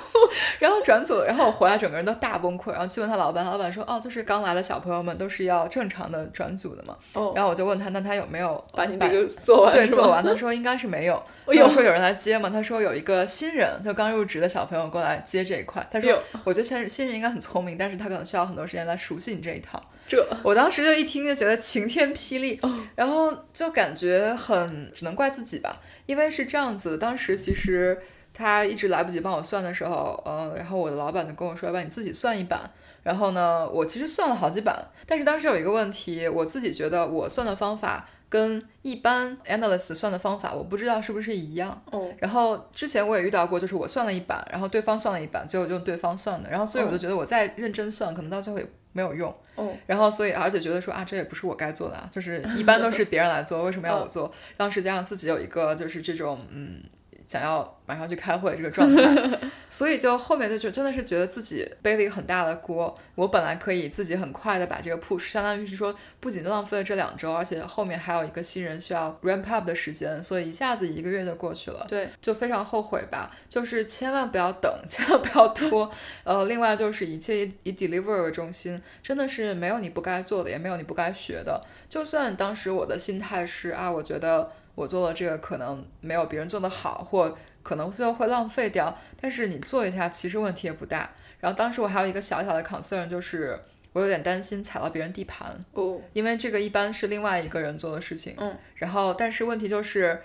然后转组了，然后我回来整个人都大崩溃，然后去问他老板，老板说哦，就是刚来的小朋友们都是要正常的转组的嘛，哦，然后我就问他，那他有没呃有把你这个做完对，是做吧？完他说应该是没有。 哎我呦有说有人来接吗？他说有一个新人，就刚入职的小朋友过来接这一块。他哎呦说，我觉得新人新人应该很聪明，但是他可能需要很多时间来熟悉你这一套。这哦我当时就一听就觉得晴天霹雳，然后就感觉很只能怪自己吧，因为是这样子。当时其实他一直来不及帮我算的时候，嗯，然后我的老板就跟我说，要不然你自己算一版。然后呢，我其实算了好几版，但是当时有一个问题，我自己觉得我算的方法跟一般 analyst 算的方法，我不知道是不是一样。哦，然后之前我也遇到过，就是我算了一版，然后对方算了一版，最后用对方算的，然后所以我就觉得我再认真算，可能到最后也没有用。哦，然后所以而且觉得说啊，这也不是我该做的啊， 就是一般都是别人来做，为什么要我做？当时加上自己有一个就是这种嗯。想要马上去开会这个状态，所以就后面就觉真的是觉得自己背了一个很大的锅。我本来可以自己很快的把这个 push，相当于是说不仅浪费了这两周，而且后面还有一个新人需要 ramp up 的时间，所以一下子一个月就过去了。对，就非常后悔吧，就是千万不要等， 千万不要拖。呃，另外就是一切以以 deliver 为中心，真的是没有你不该做的，也没有你不该学的。就算当时我的心态是啊，我觉得我做了这个可能没有别人做的好，或可能最后会浪费掉，但是你做一下，其实问题也不大。然后当时我还有一个小小的 concern，就是我有点担心踩到别人地盘，哦，因为这个一般是另外一个人做的事情。嗯，然后但是问题就是，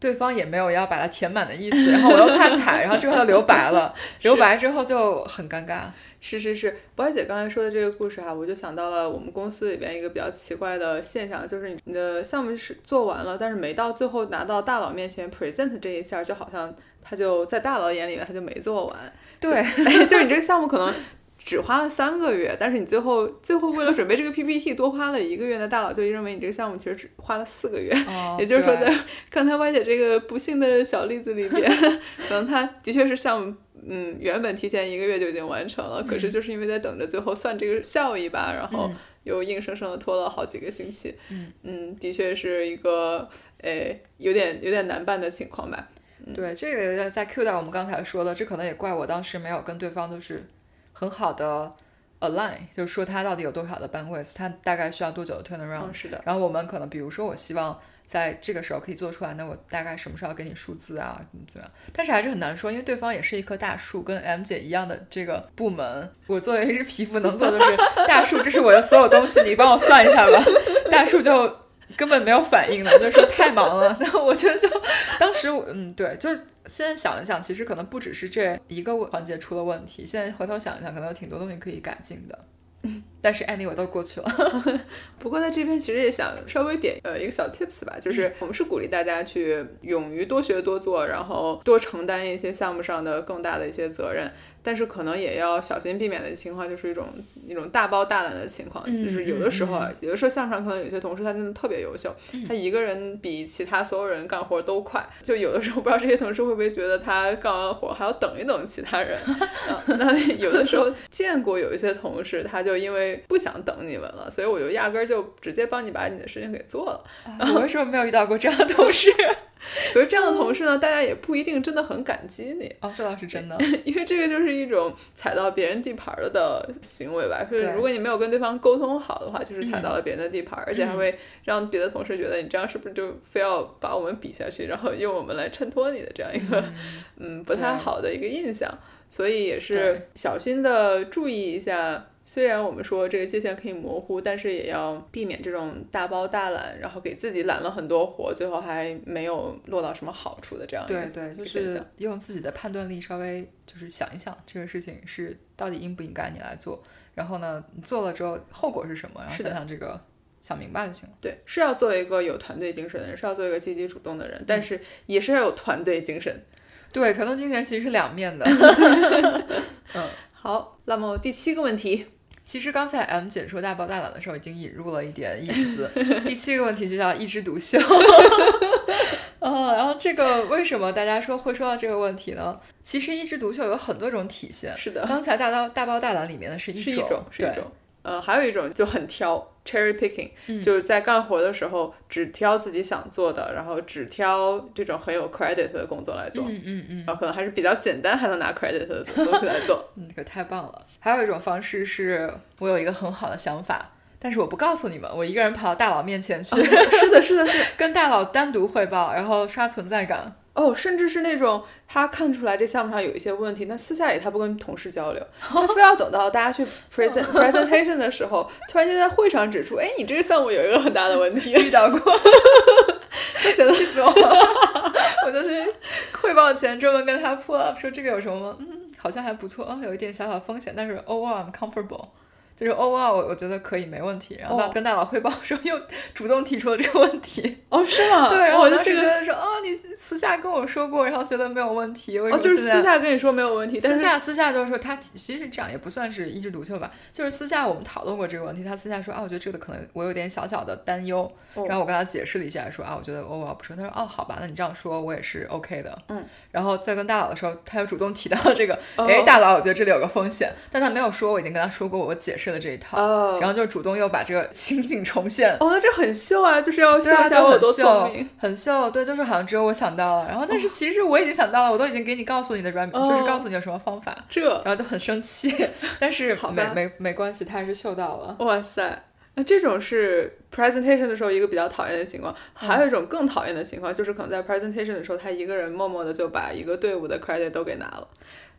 对方也没有要把它填满的意思，然 后我又怕踩，然后这块就留白 了，留白之后就很尴尬。是是是，博爱姐刚才说的这个故事哈、我就想到了我们公司里边一个比较奇怪的现象，就是你你的项目是做完了，但是没到最后拿到大佬面前 present 这一下儿，就好像他就在大佬眼里面他就没做完。 对就，哎，就是你这个项目可能。只花了三个月，但是你最后最后为了准备这个 PPT 多花了一个月，那大佬就认为你这个项目其实只花了四 个月。哦也就是说，对在 刚才歪姐这个不幸的小例子里边，可能他的确是项目，嗯，原本提前一个月就已经完成了，可是就是因为在等着最后算这个效益吧，然后嗯又硬生生的拖了好几个星期。嗯的确是一个，诶，有点有点难办的情况吧。对，这个有点在 Q 到我们刚才说的，这可能也怪我当时没有跟对方就是很好的 align，就是说他到底有多少的 bandwidth，他大概需要多久的 turnaround，、嗯，是的，然后我们可能，比如说，我希望在这个时候可以做出来，那我大概什么时候给你数字啊，怎么怎么样？但是还是很难说，因为对方也是一棵大树，跟 M 姐一样的这个部门，我作为一只皮肤能做的就是大树，这是我的所有东西，你帮我算一下 吧。大树就根本没有反应了，就说太忙了。那我觉得就当时我，嗯，对，就是现在想一想，其实可能不只是这一个环节出了问题，现在回头想一想，可能有挺多东西可以改进的。 但是 anyway 都过去了，不过在这边其实也想稍微点呃一个小 tips 吧，就是我们是鼓励大家去勇于多学多做，然后多承担一些项目上的更大的一些责任，但是可能也要小心避免的情况就是一种一种大包大揽的情况，就是有的时候啊，有的时候项目上可能有些同事他真的特别优秀，他一个人比其他所有人干活都快，就有的时候不知道这些同事会不会觉得他干完活还要等一等其他人，啊 那有的时候见过有一些同事，他就因为不想等你们了，所以我就压根儿就直接帮你把你的事情给做了。啊 我为什么没有遇到过这样的同事？可是这样的同事呢，大家也不一定真的很感激你， 哦，这倒是真的。因为这个就是一种踩到别人地盘儿的行为吧。就是对嗯如果你没有跟对方沟通好的话，就是踩到了别人的地盘儿，而且还会让别的同事觉得你这样是不是就非要把我们比下去，然后用我们来衬托你的这样一个嗯不太对好的一个印象，所以也对是小心的注意一下。虽然我们说这个界限可以模糊，但是也要避免这种大包大揽，然后给自己揽了很多活，最后还没有落到什么好处的这样一个对对，就现是象用自己的判断力稍微就是想一想这个事情是到底应不应该你来做，然后呢，你做了之后后果是什么，然后是的想想这个想明白就行了。对，是要做一个有团队精神的人，是要做一个积极主动的人，但是也是要有团队精神。对，团动精神其实是两面的。 好，那么第七个问题，其实刚才 M 姐说大包大揽的时候，已经引入了一点影 子。第七个问题就叫一枝独秀。 呃，然后这个为什么大家说会说到这个问题呢？其实一枝独秀有很多种体现。是的 刚才大包大包大揽里面的是一是一种，是一对种，呃，还有一种就很挑， cherry picking，、就是嗯在干活的时候只挑自己想做的，然后只挑这种很有 credit 的工作来做，嗯嗯嗯，。然后可能还是比较简单，还能拿 credit 的东西来做嗯，这个太棒了。还有一种方式是，我有一个很好的想法，但是我不告诉你们，我一个人跑到大佬面前去，哦是的，是的，是的 跟大佬单独汇报，然后刷存在感。哦，甚至是那种他看出来这项目上有一些问题，但私下里他不跟同事交流，他非要等到大家 去 present presentation 的时候，突然间在会上指出，哎，你这个项目有一个很大的问 题，遇到过，就显得气死我了。 我就是汇报前专门跟他 pull up 说这个有什么吗？嗯，好像还不错，啊，有一点小小风险，但是 overall I'm comfortable。就是 overall 我我觉得可以没问题，然后到哦跟大佬汇报的时候又主动提出了这个问题，哦，是吗？ 对，然后我我就当这时觉个，得说，哦，你私下跟我说过，然后觉得没有问题，为什哦，么就是现在私下跟你说没有问题，但私是下私下就是说他其其实这样也不算是一枝独秀吧，就是私下我们讨论过这个问题，他私下说啊，我觉得这个可能我有点小小的担忧，哦然后我跟他解释了一下，说啊，我觉得我我不说，他说哦好吧，那你这样说我也是 OK 的，嗯，然后在跟大佬的时候，他又主动提到了这个，哦哎、大佬，我觉得这里有个风险，但他没有说，我已经跟他说过我解释了这一套，哦然后就主动又把这个情景重现，哦，那这很秀啊，就是要秀对啊，一就下我有很多聪秀明。，很秀，对，就是好像只有我想到了，然后但是其实我已经想到了，我都已经给你告诉你的软，就是哦告诉你有什么方法。 这，然后就很生 气，但是好没吧没没关系，他还是秀到了。哇塞，那这种是 presentation 的时候一个比较讨厌的情况，还嗯有一种更讨厌的情况，就是可能在 presentation 的时候，他一个人默默的就把一个队伍的 credit 都给拿了。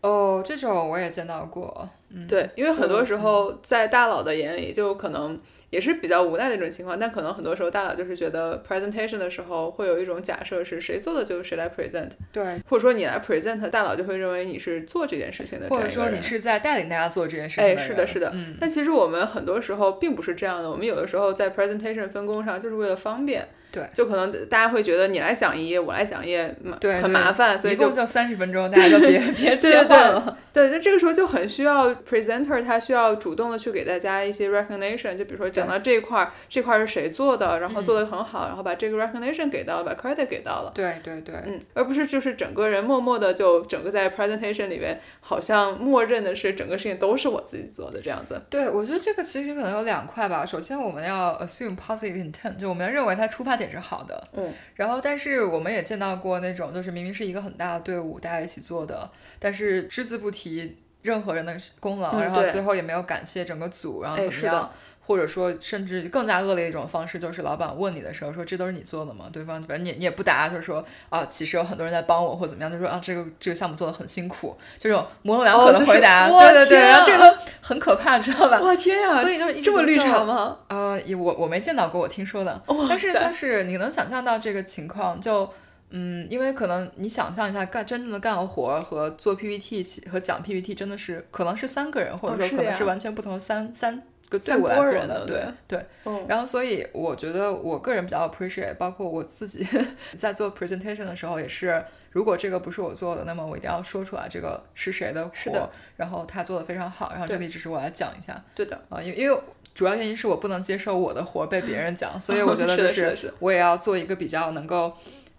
哦，这种我也见到过，嗯，对，因为很多就嗯时候在大佬的眼里，就可能也是比较无奈的一种情况，但可能很多时候大佬就是觉得 presentation 的时候会有一种假设是谁做的就谁来 present，对，或者说你来 present，大佬就会认为你是做这件事情的这或样者一个说你人是在带领大家做这件事情哎，人是的，是的，嗯，但其实我们很多时候并不是这样的，我们有的时候在 presentation 分工上就是为了方便，对，就可能大家会觉得你来讲一页，我来讲一页，麻对很对麻烦，所以一就共就三十分钟，大家就 别别切换了。对，那这个时候就很需要 presenter，他需要主动的去给大家一些 recognition，就比如说讲到这一块儿，这块儿是谁做的，然后嗯做的很好，然后把这个 recognition 给到了，把 credit 给到了。对对对，嗯，而不是就是整个人默默的就整个在 presentation 里面，好像默认的是整个事情都是我自己做的这样子。对，我觉得这个其实可能有两块吧。首先，我们要 assume positive intent，就我们要认为它出发点是好的。嗯。然后，但是我们也见到过那种，就是明明是一个很大的队伍，大家一起做的，但是只字不提任何人的功劳，嗯然后对最后也没有感谢整个组，然后哎怎么是的样？或者说，甚至更加恶劣的一种方式，就是老板问你的时候说：“这都是你做的吗？”对方反正你也你也不答，就说：“啊，其实有很多人在帮我，或怎么样。”就说：“啊，这个这个项目做的很辛苦。”这种模棱两哦可就的是回答，我对对对，天然后这啊个很可怕，知道吧？哇天呀、所以就是一直啊这么都绿是茶吗？呃，也我我没见到过，我听说的。哇但是塞就是你能想象到这个情况，就嗯，因为可能你想象一下干真正的干活儿和做 PPT 起和讲 PPT 真的是可能是三个人，或哦者说是可的能是呀完全不同三三个队三伍来拨做人的，的对对。嗯，然后，所以我觉得我个人比较 appreciate，包括我自己 在做 presentation 的时候也是，如果这个不是我做的，那么我一定要说出来这个是谁的活，是的然后他做的非常好，然后这里只是我来讲一下对的，啊，因为因为主要原因是我不能接受我的活被别人讲，所以我觉 得是就的是的是的我也要做一个比较能够，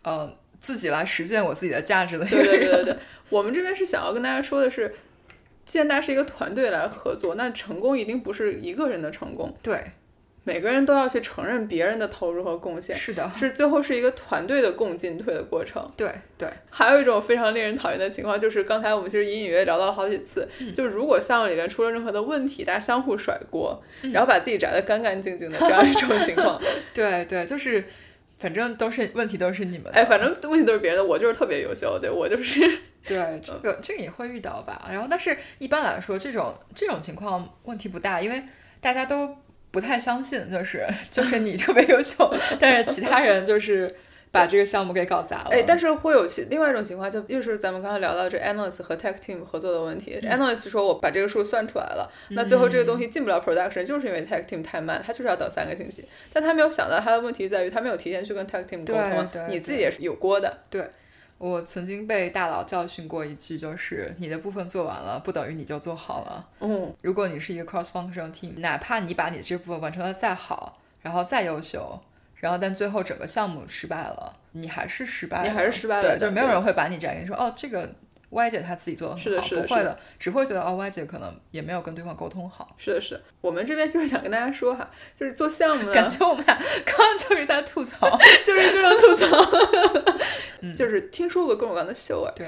呃，自己来实践我自己的价值的一个对人。对对对对。我们这边是想要跟大家说的是，既然大家是一个团队来合作，那成功一定不是一个人的成功，对，每个人都要去承认别人的投入和贡献，是的，是最后是一个团队的共进退的过程。对对，还有一种非常令人讨厌的情况，就是刚才我们其实隐隐约约聊到了好几次，就是如果项目里面出了任何的问题，大家相互甩锅，然后把自己砸得干干净净的这样一种情况。对对，就是反正都是问题，都是你们的。哎，反正问题都是别人的，我就是特别优秀，对我就是对，这个这个也会遇到吧。然后，但是一般来说，这种这种情况问题不大，因为大家都不太相信，就是就是你特别优秀，但是其他人就是把这个项目给搞砸了。哎，但是会有其另外一种情况，就又是咱们刚刚聊到这 analyst 和 tech team 合作的问题。analyst 嗯说我把这个数算出来了，那最后这个东西进不了 production，就是因为 tech team 太慢，他就是要等三个星期。但他没有想到他的问题在于他没有提前去跟 tech team 沟对通啊对，你自己对也是有锅的。我曾经被大佬教训过一句，就是你的部分做完了，不等于你就做好了。嗯，如果你是一个 cross functional team，哪怕你把你这部分完成的再好，然后再优秀，然后但最后整个项目失败了，你还是失败了，你还是失败了对，的就是没有对人会把你摘给你说哦，这个 Y 姐她自己做的是的很好，是的不是会的的，只会觉得哦，Y 姐可能也没有跟对方沟通好。是的，是的，我们这边就是想跟大家说哈，就是做项目 呢，感觉我们俩刚刚就是在吐 槽，就是这种吐槽，嗯就是听说过各种各样的秀啊。对，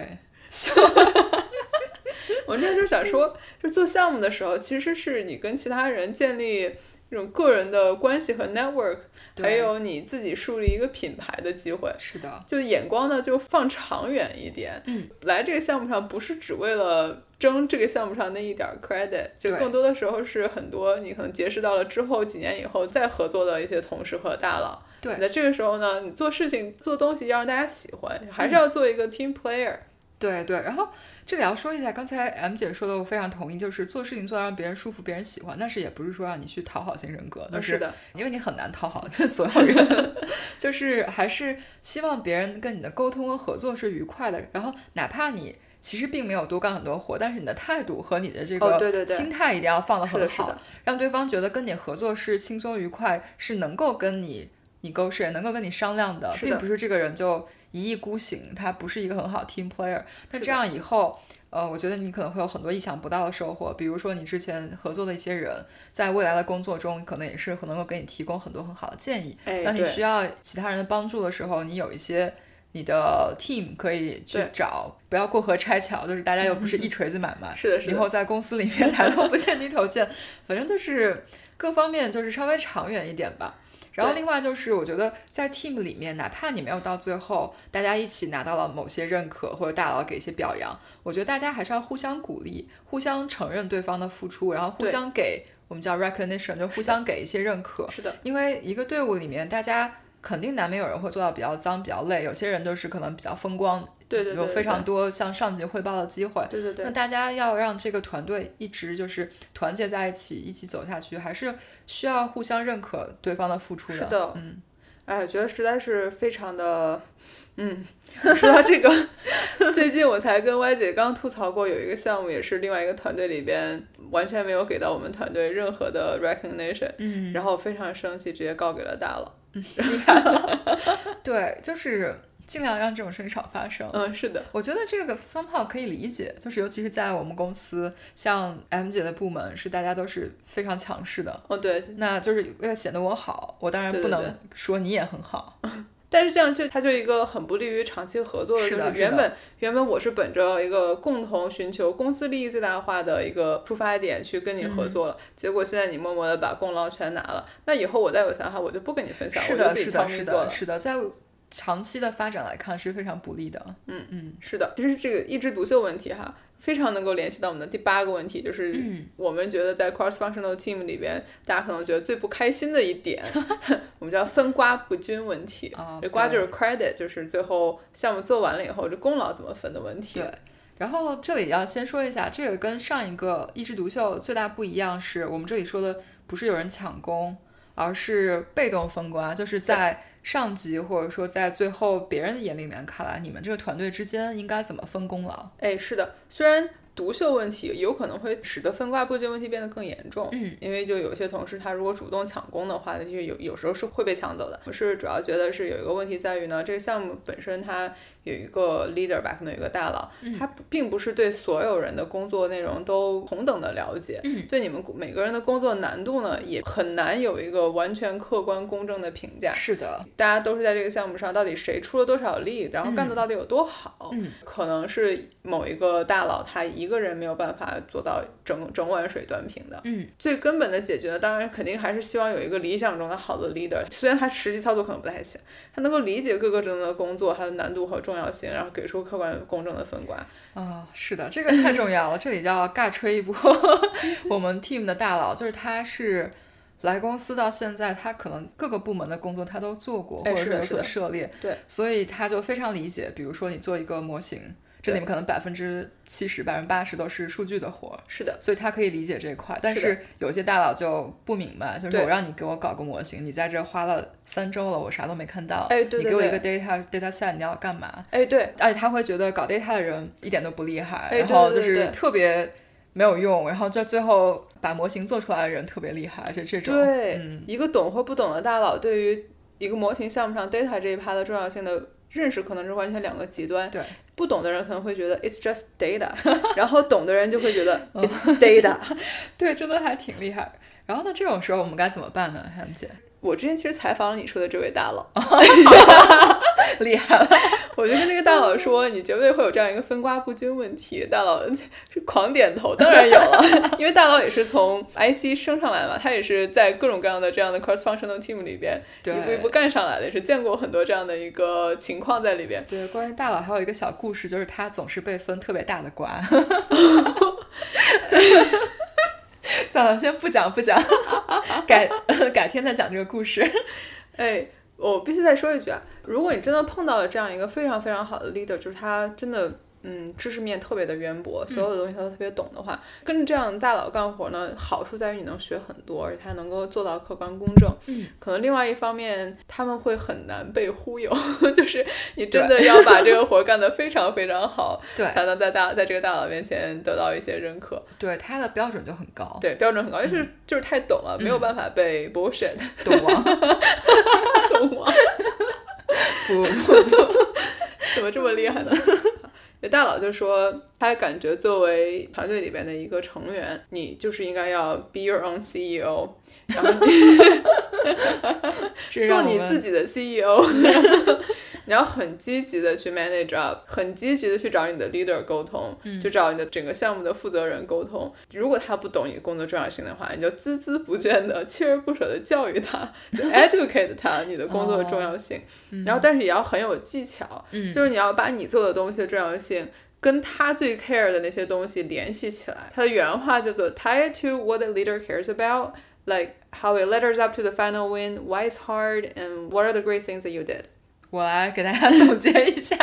我这就是想说，就是做项目的时候，其实是你跟其他人建立这种个人的关系和 network，对还有你自己树立一个品牌的机会。是的，就眼光呢，就放长远一点。嗯，来这个项目上不是只为了争这个项目上那一点儿 credit，就对更多的时候是很多你可能结识到了之后几年以后再合作的一些同事和大佬。对那这个时候呢，你做事情做东西要让大家喜欢，嗯还是要做一个 team player。对对。然后这里要说一下，刚才 M 姐说的，我非常同意，就是做事情做到让别人舒服、别人喜欢，但是也不是说让你去讨好型人格，但嗯是的，因为你很难讨好所有人， 就是还是希望别人跟你的沟通和合作是愉快的。然后哪怕你其实并没有多干很多活，但是你的态度和你的这哦对对个对心态一定要放得是很的，好，是的，让对方觉得跟你合作是轻松愉快，是能够跟你你勾是能够跟你商量的，是的并不是这个人就一意孤行，他不是一个很好 team player。那是的这样以后。呃，我觉得你可能会有很多意想不到的收获，比如说你之前合作的一些人，在未来的工作中，可能也是能够给你提供很多很好的建议。哎，当你对需要其他人的帮助的时候，你有一些你的 team 可以去对，找，不要过河拆桥，就是大家又不是一锤子买卖 是的，是以的，后在公司里面抬头不见低头见，反正就是各方面就是稍微长远一点吧。然后对另外就是，我觉得在 team 里面，哪怕你没有到最后，大家一起拿到了某些认可或者大佬给一些表扬，我觉得大家还是要互相鼓励，互相承认对方的付出，然后互对相给我们叫 recognition，就互相给一些认可。是的，因为一个队伍里面，大家肯定难免有人会做到比较脏、比较累，有些人就是可能比较风光，对对对，有对非常，多向上级汇报的机会。对对对那，大家要让这个团队一直就是团结在一起，一起走下去，还是需要互相认可对方的付出是的嗯，哎，我觉得实在是非常的，嗯，说到这个， 最近我才跟歪姐刚吐槽过，有一个项目也是另外一个团队里边完全没有给到我们团队任何的 recognition，嗯，然后我非常生气，直接告给了大佬。对，就是尽量让这种事情少发生。嗯，是的，我觉得这个 somehow 可以理解，就是尤其是在我们公司，像 M 姐的部门是大家都是非常强势的，哦对，那就是为了显得我好，我当然对不对对能说你也很好，但是这样就它就一个很不利于长期合作是的是就是的原本原本我是本着一个共同寻求公司利益最大化的一个出发点去跟你合作了，嗯结果现在你默默的把功劳全拿了，那以后我再有想法我就不跟你分享，是我就的，自己是悄的，咪是做了的，。是的，在长期的发展来看是非常不利的。是的，其实这个一枝独秀问题哈，非常能够联系到我们的第八个问题，就是我们觉得在 cross functional team 里边，大家可能觉得最不开心的一点，我们叫分瓜不均问题。啊这瓜对就是 credit，就是最后项目做完了以后，这功劳怎么分的问题。对然后这里要先说一下，这个跟上一个一枝独秀最大不一样是，我们这里说的不是有人抢功，而是被动分瓜，就是在上级或者说在最后别人的眼里面看来，你们这个团队之间应该怎么分功劳？哎，是的，虽然独秀问题有可能会使得分瓜不均问题变得更严重，嗯，因为就有些同事他如果主动抢功的话，就是有有时候是会被抢走的。我是主要觉得是有一个问题在于呢，这个项目本身它有一个 leader 吧，可能有一个大佬，他不并不是对所有人的工作内容都同等的了解，嗯，对你们每个人的工作难度呢，也很难有一个完全客观公正的评价。是的，大家都是在这个项目上，到底谁出了多少力，然后干的到底有多好，嗯可能是某一个大佬他一个人没有办法做到整整碗水端平的。嗯，最根本的解决呢，当然肯定还是希望有一个理想中的好的 leader，虽然他实际操作可能不太行，他能够理解各个职能的工作它的难度和重要性，然后给出客观公正的分管。啊、是的，这个太重要了。这里就要尬吹一波， 我们 team 的大佬，就是他是来公司到现在，他可能各个部门的工作他都做过，哎或者是是的有是所的涉猎，对，所以他就非常理解。比如说你做一个模型，这里面可能百分之七十、百分之八十都是数据的活儿。是的，所以他可以理解这一块，但是是有些大佬就不明白，就是对我让你给我搞个模型，你在这花了三周了，我啥都没看到，哎对对你给我对一个 data data set，你要干嘛？哎，对，而且他会觉得搞 data 的人一点都不厉害，哎然后对对就对是对特别没有用，然后就最后把模型做出来的人特别厉害，这这种。嗯对，一个懂或不懂的大佬，对于一个模型项目上 data 这一趴的重要性的认识可能是完全两个极端。对，不懂的人可能会觉得 it's just data，然 后懂的人就会觉得嗯 it's data。 对，真的还挺厉害。然后呢，这种时候我们该怎么办呢，韩姐？ 我之前其实采访了你说的这位大佬，哦厉害了，我就跟这个大佬说，你绝对会有这样一个分瓜不均问题。大佬是狂点头，当然有了， 因为大佬也是从 IC 升上来嘛，他也是在各种各样的这样的 cross functional team 里边对一步一步干上来的，也是见过很多这样的一个情况在里边。对，关于大佬还有一个小故事，就是他总是被分特别大的瓜。 算了，先不讲不讲，改 改天再讲这个故事。哎，我必须再说一句啊，如果你真的碰到了这样一个非常非常好的 leader，就是他真的。嗯，知识面特别的渊博，嗯所有的东西他都特别懂的话，跟着这样的大佬干活呢，好处在于你能学很多，而且他能够做到客观公正。嗯，可能另外一方面他们会很难被忽悠， 就是你真的要把这个活干得非常非常好， 对才能在大在这个大佬面前得到一些认可。对，他的标准就很高，对，标准很高，就是、嗯就是太懂了，没有办法被 bullshit 懂 王懂吗？ 不 怎么这么厉害呢？有大佬就说，他感觉作为团队里边的一个成员，你就是应该要 be your own E CEO，然后你 做你自己。己的 CEO，你要很积极的去 manage up，很积极的去找你的 leader 沟通，去找你的整个项目的负责人沟通。如果他不懂你工作重要性的话，你就孜孜不倦的、锲而不舍的教育他，就 educate 他你的工作的重哦要性。嗯然后，但是也要很有技巧，就是你要把你做的东西的重要性。跟他最 care 的那些东西联系起来，他的原话叫做 “tie it to what the leader cares about, like how it ladders up to the final win, why it's hard, and what are the great things that you did。我来给大家总 结一下，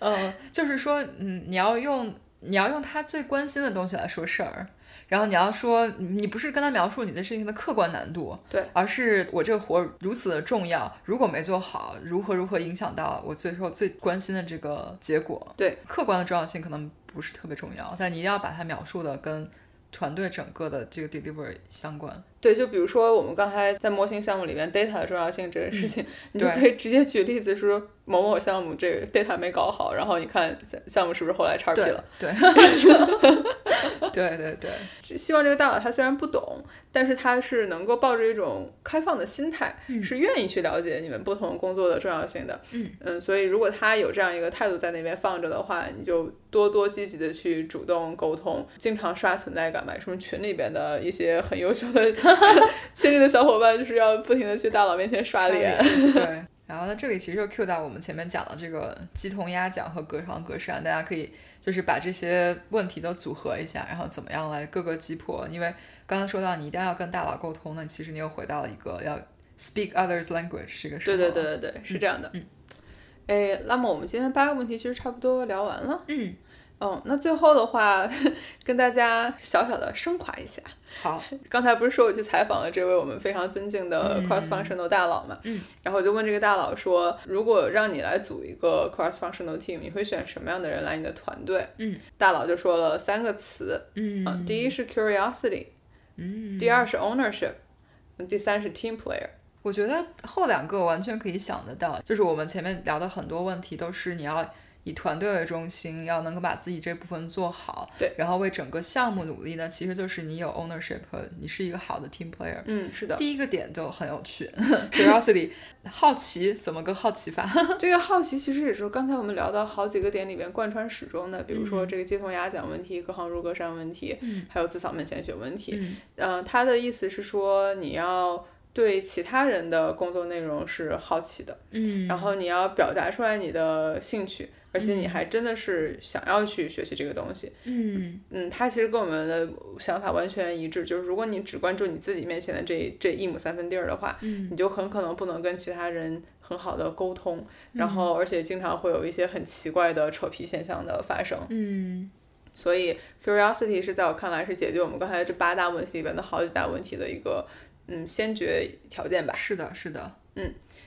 嗯，就是说，嗯，你要用你要用他最关心的东西来说事儿，然后你要说，你不是跟他描述你的事情的客观难度，对而是我这个活儿如此的重要，如果没做好，如何如何影响到我最后最关心的这个结果，对，客观的重要性可能不是特别重要，但你一定要把它描述的跟团队整个的这个 deliver 相关，对，就比如说我们刚才在模型项目里面 data 的重要性这个事情，你就嗯对可以直接举例子说某某项目这个 data 没搞好，然后你看项项目是不是后来 XP 对了。对，对 对对，希望这个大佬他虽然不懂，但是他是能够抱着一种开放的心态，是愿意去了解你们不同工作的重要性的。嗯所以如果他有这样一个态度在那边放着的话，你就多多积极的去主动沟通，经常刷存在感吧。什么群里边的一些很优秀的 亲力的小伙伴，就是要不停的去大佬面前刷脸。 对，然后呢，这里其实就 cue 到我们前面讲的这个鸡同鸭讲和隔行隔山，大家可以就是把这些问题都组合一下，然后怎么样来各个击破。因为刚刚说到你一定要跟大佬沟通呢，其实你又回到一个要 speak others language 这个时候。对对。对对对，是这样的。嗯，哎，那么我们今天八个问题其实差不多聊完了。嗯，嗯，那最后的话， 跟大家小小的升华一下。好，刚才不是说我去采访了这位我们非常尊敬的 cross functional 大佬嘛？嗯，然后我就问这个大佬说，如果让你来组一个 cross functional team，你会选什么样的人来你的团队？嗯，大佬就说了三个词，嗯啊，第一是 curiosity，嗯，第二是 ownership，第三是 team player。我觉得后两个完全可以想得到，就是我们前面聊的很多问题都是你要以团队为中心，要能够把自己这部分做好，对，然后为整个项目努力呢，其实就是你有 ownership，和你是一个好的 team player。嗯，是的。第一个点就很有趣 ，curiosity，好奇怎么个好奇 法？这个好奇其实也是刚才我们聊到好几个点里边贯穿始终的，比如说这个鸡同鸭讲问题、隔行如隔山问题，还有自扫门前雪问题。嗯嗯，他、的意思是说你要对其他人的工作内容是好奇的，嗯然后你要表达出来你的兴趣，而且你还真的是想要去学习这个东西。嗯，嗯，他其实跟我们的想法完全一致，就是如果你只关注你自己面前的这这一亩三分地儿的话，嗯你就很可能不能跟其他人很好的沟通，嗯然后而且经常会有一些很奇怪的扯皮现象的发生。嗯，所以 curiosity 是在我看来是解决我们刚才这八大问题里边的好几大问题的一个嗯先决条件吧。是的，是的，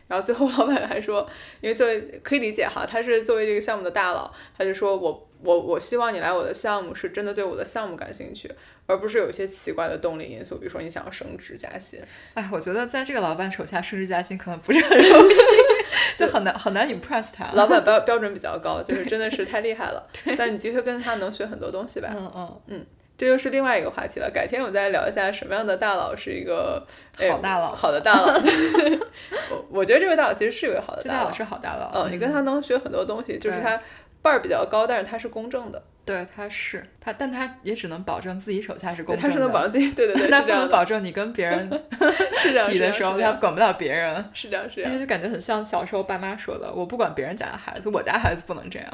然后最后老板还说，因为作为可以理解哈，他是作为这个项目的大佬，他就说我我我希望你来我的项目是真的对我的项目感兴趣，而不是有一些奇怪的动力因素，比如说你想要升职加薪。哎，我觉得在这个老板手下升职加薪可能不是很容易， 就很难很难 impress 他。老板标标准比较高，就是真的是太厉害了。但你的确跟他能学很多东西吧？嗯嗯，这又是另外一个话题了。改天我再聊一下什么样的大佬是一个、哎好大佬好的大佬。 我我觉得这位大佬其实是一位好的这大大佬佬，是好大佬，嗯，你跟他能学很多东西，就是对他 bar 比较高，但是他是公正的，对他是他，但他也只能保证自己手下是公对，正他是能的 保证自己，对对对，他是不这样能的，保证你跟别人 是这样比是这的样时候，是这他样管不了别人。 是这样是这因样，为就感觉很像小时候爸妈说的，我不管别人家的孩子，我家孩子不能这样。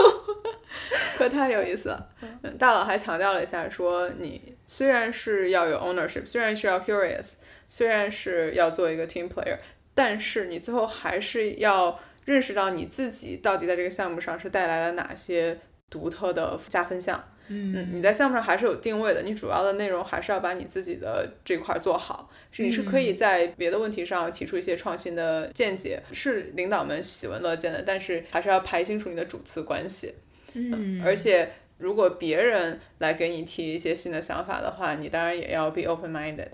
可太有意思了。嗯，大佬还强调了一下，说你虽然是要有 ownership，虽然是要 curious，虽然是要做一个 team player，但是你最后还是要认识到你自己到底在这个项目上是带来了哪些独特的加分项。嗯，你在项目上还是有定位的，你主要的内容还是要把你自己的这块儿做好，是你是可以在别的问题上提出一些创新的见解，是领导们喜闻乐见的，但是还是要排清楚你的主次关系。嗯，而且如果别人来给你提一些新的想法的话，你当然也要 be open minded。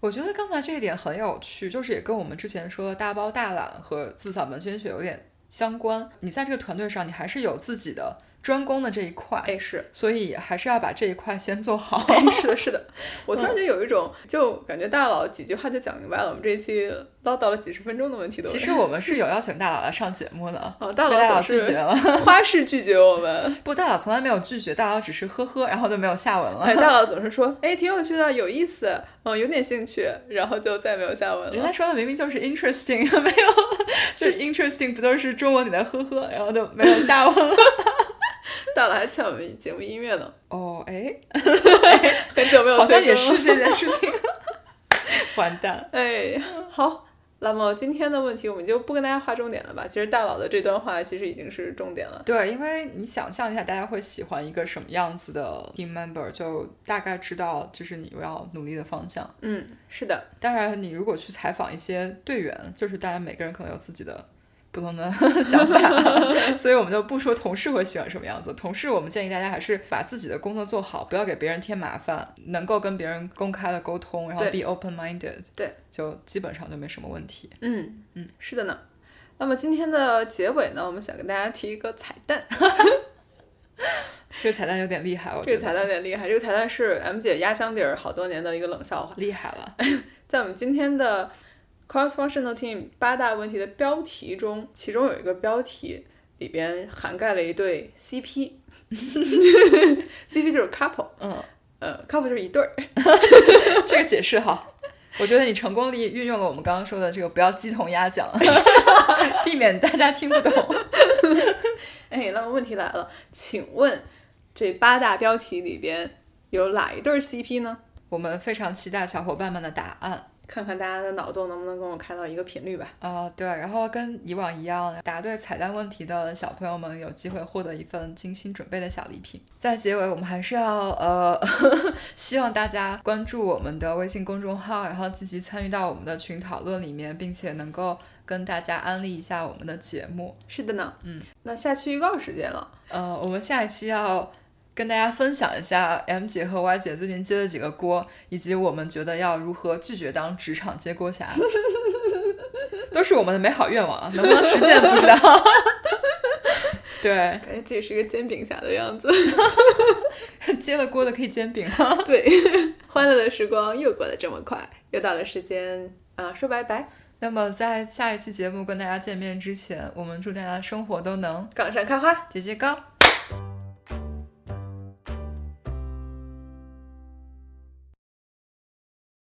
我觉得刚才这一点很有趣，就是也跟我们之前说的大包大揽和自扫门前雪有点相关。你在这个团队上，你还是有自己的专攻的这一块，哎， 是，哎所以还是要把这一块先做好。是的，是的，我突然就有一种，就感觉大佬几句话就讲明白了，我们这一期唠叨了几十分钟的问题都其。实我们是有邀请大佬来上节目的，哦， 大被大佬佬总拒绝是 了。 花式拒绝我 们。不，大佬从来没有拒绝，大佬只是呵呵，然后就没有下文了。哎，大佬总是说，哎，挺有趣的，有意思，嗯，有点兴趣，然后就再没有下文 人了。 家说的明明就是 interesting，没 有，就是 interesting 不就是中文里的呵呵，然后就没有下文 了。大佬还欠我们节目音乐呢，哦，哎，很久没有好像催也更了是这件事情， 完蛋。哎，好，那么今天的问题我们就不跟大家划重点了吧。其实大佬的这段话其实已经是重点了。对，因为你想象一下，大家会喜欢一个什么样子的 team member，就大概知道就是你要努力的方向。嗯，是的，当然，你如果去采访一些队员，就是大家每个人可能有自己的不同的 想法， 所以我们就不说同事会喜欢什么样子。同事，我们建议大家还是把自己的工作做好，不要给别人添麻烦，能够跟别人公开的沟通，然后对 be open minded，对，就基本上就没什么问题。嗯嗯，是的呢。那么今天的结尾呢，我们想跟大家提一个彩蛋。这个彩蛋有点厉害，我这觉个得彩蛋有点厉害，这个彩蛋是 M 姐压箱底儿好多年的一个冷笑话。厉害了。在我们今天的 Cross Functional Team 八大问题的标题中，其中有一个标题里边涵盖了一对 CP，CP 就是 couple，嗯，呃，couple 就是一对儿，这个解释好，我觉得你成功地运用了我们刚刚说的这个不要鸡同鸭讲，避免大家听不懂。 哎，那么问题来了，请问这八大标题里边有哪一对儿 CP 呢？我们非常期待小伙伴们的答案。看看大家的脑洞能不能跟我开到一个频率吧。啊、对，然后跟以往一样，答对彩蛋问题的小朋友们有机会获得一份精心准备的小礼品。在结尾，我们还是要呃， 希望大家关注我们的微信公众号，然后积极参与到我们的群讨论里面，并且能够跟大家安利一下我们的节目。是的呢，嗯，那下期预告时间了，呃，我们下一期要跟大家分享一下 M 姐和 Y 姐最近接的几个锅，以及我们觉得要如何拒绝当职场接锅侠， 都是我们的美好愿望，啊，能不能实现不知道。 对，感觉自己是一个煎饼侠的样子。接了锅的可以煎饼。对， 欢乐的时光又过得这么快，又到了时间啊、说拜拜，那么在下一期节目跟大家见面之前，我们祝大家生活都能岗上开花。节节高。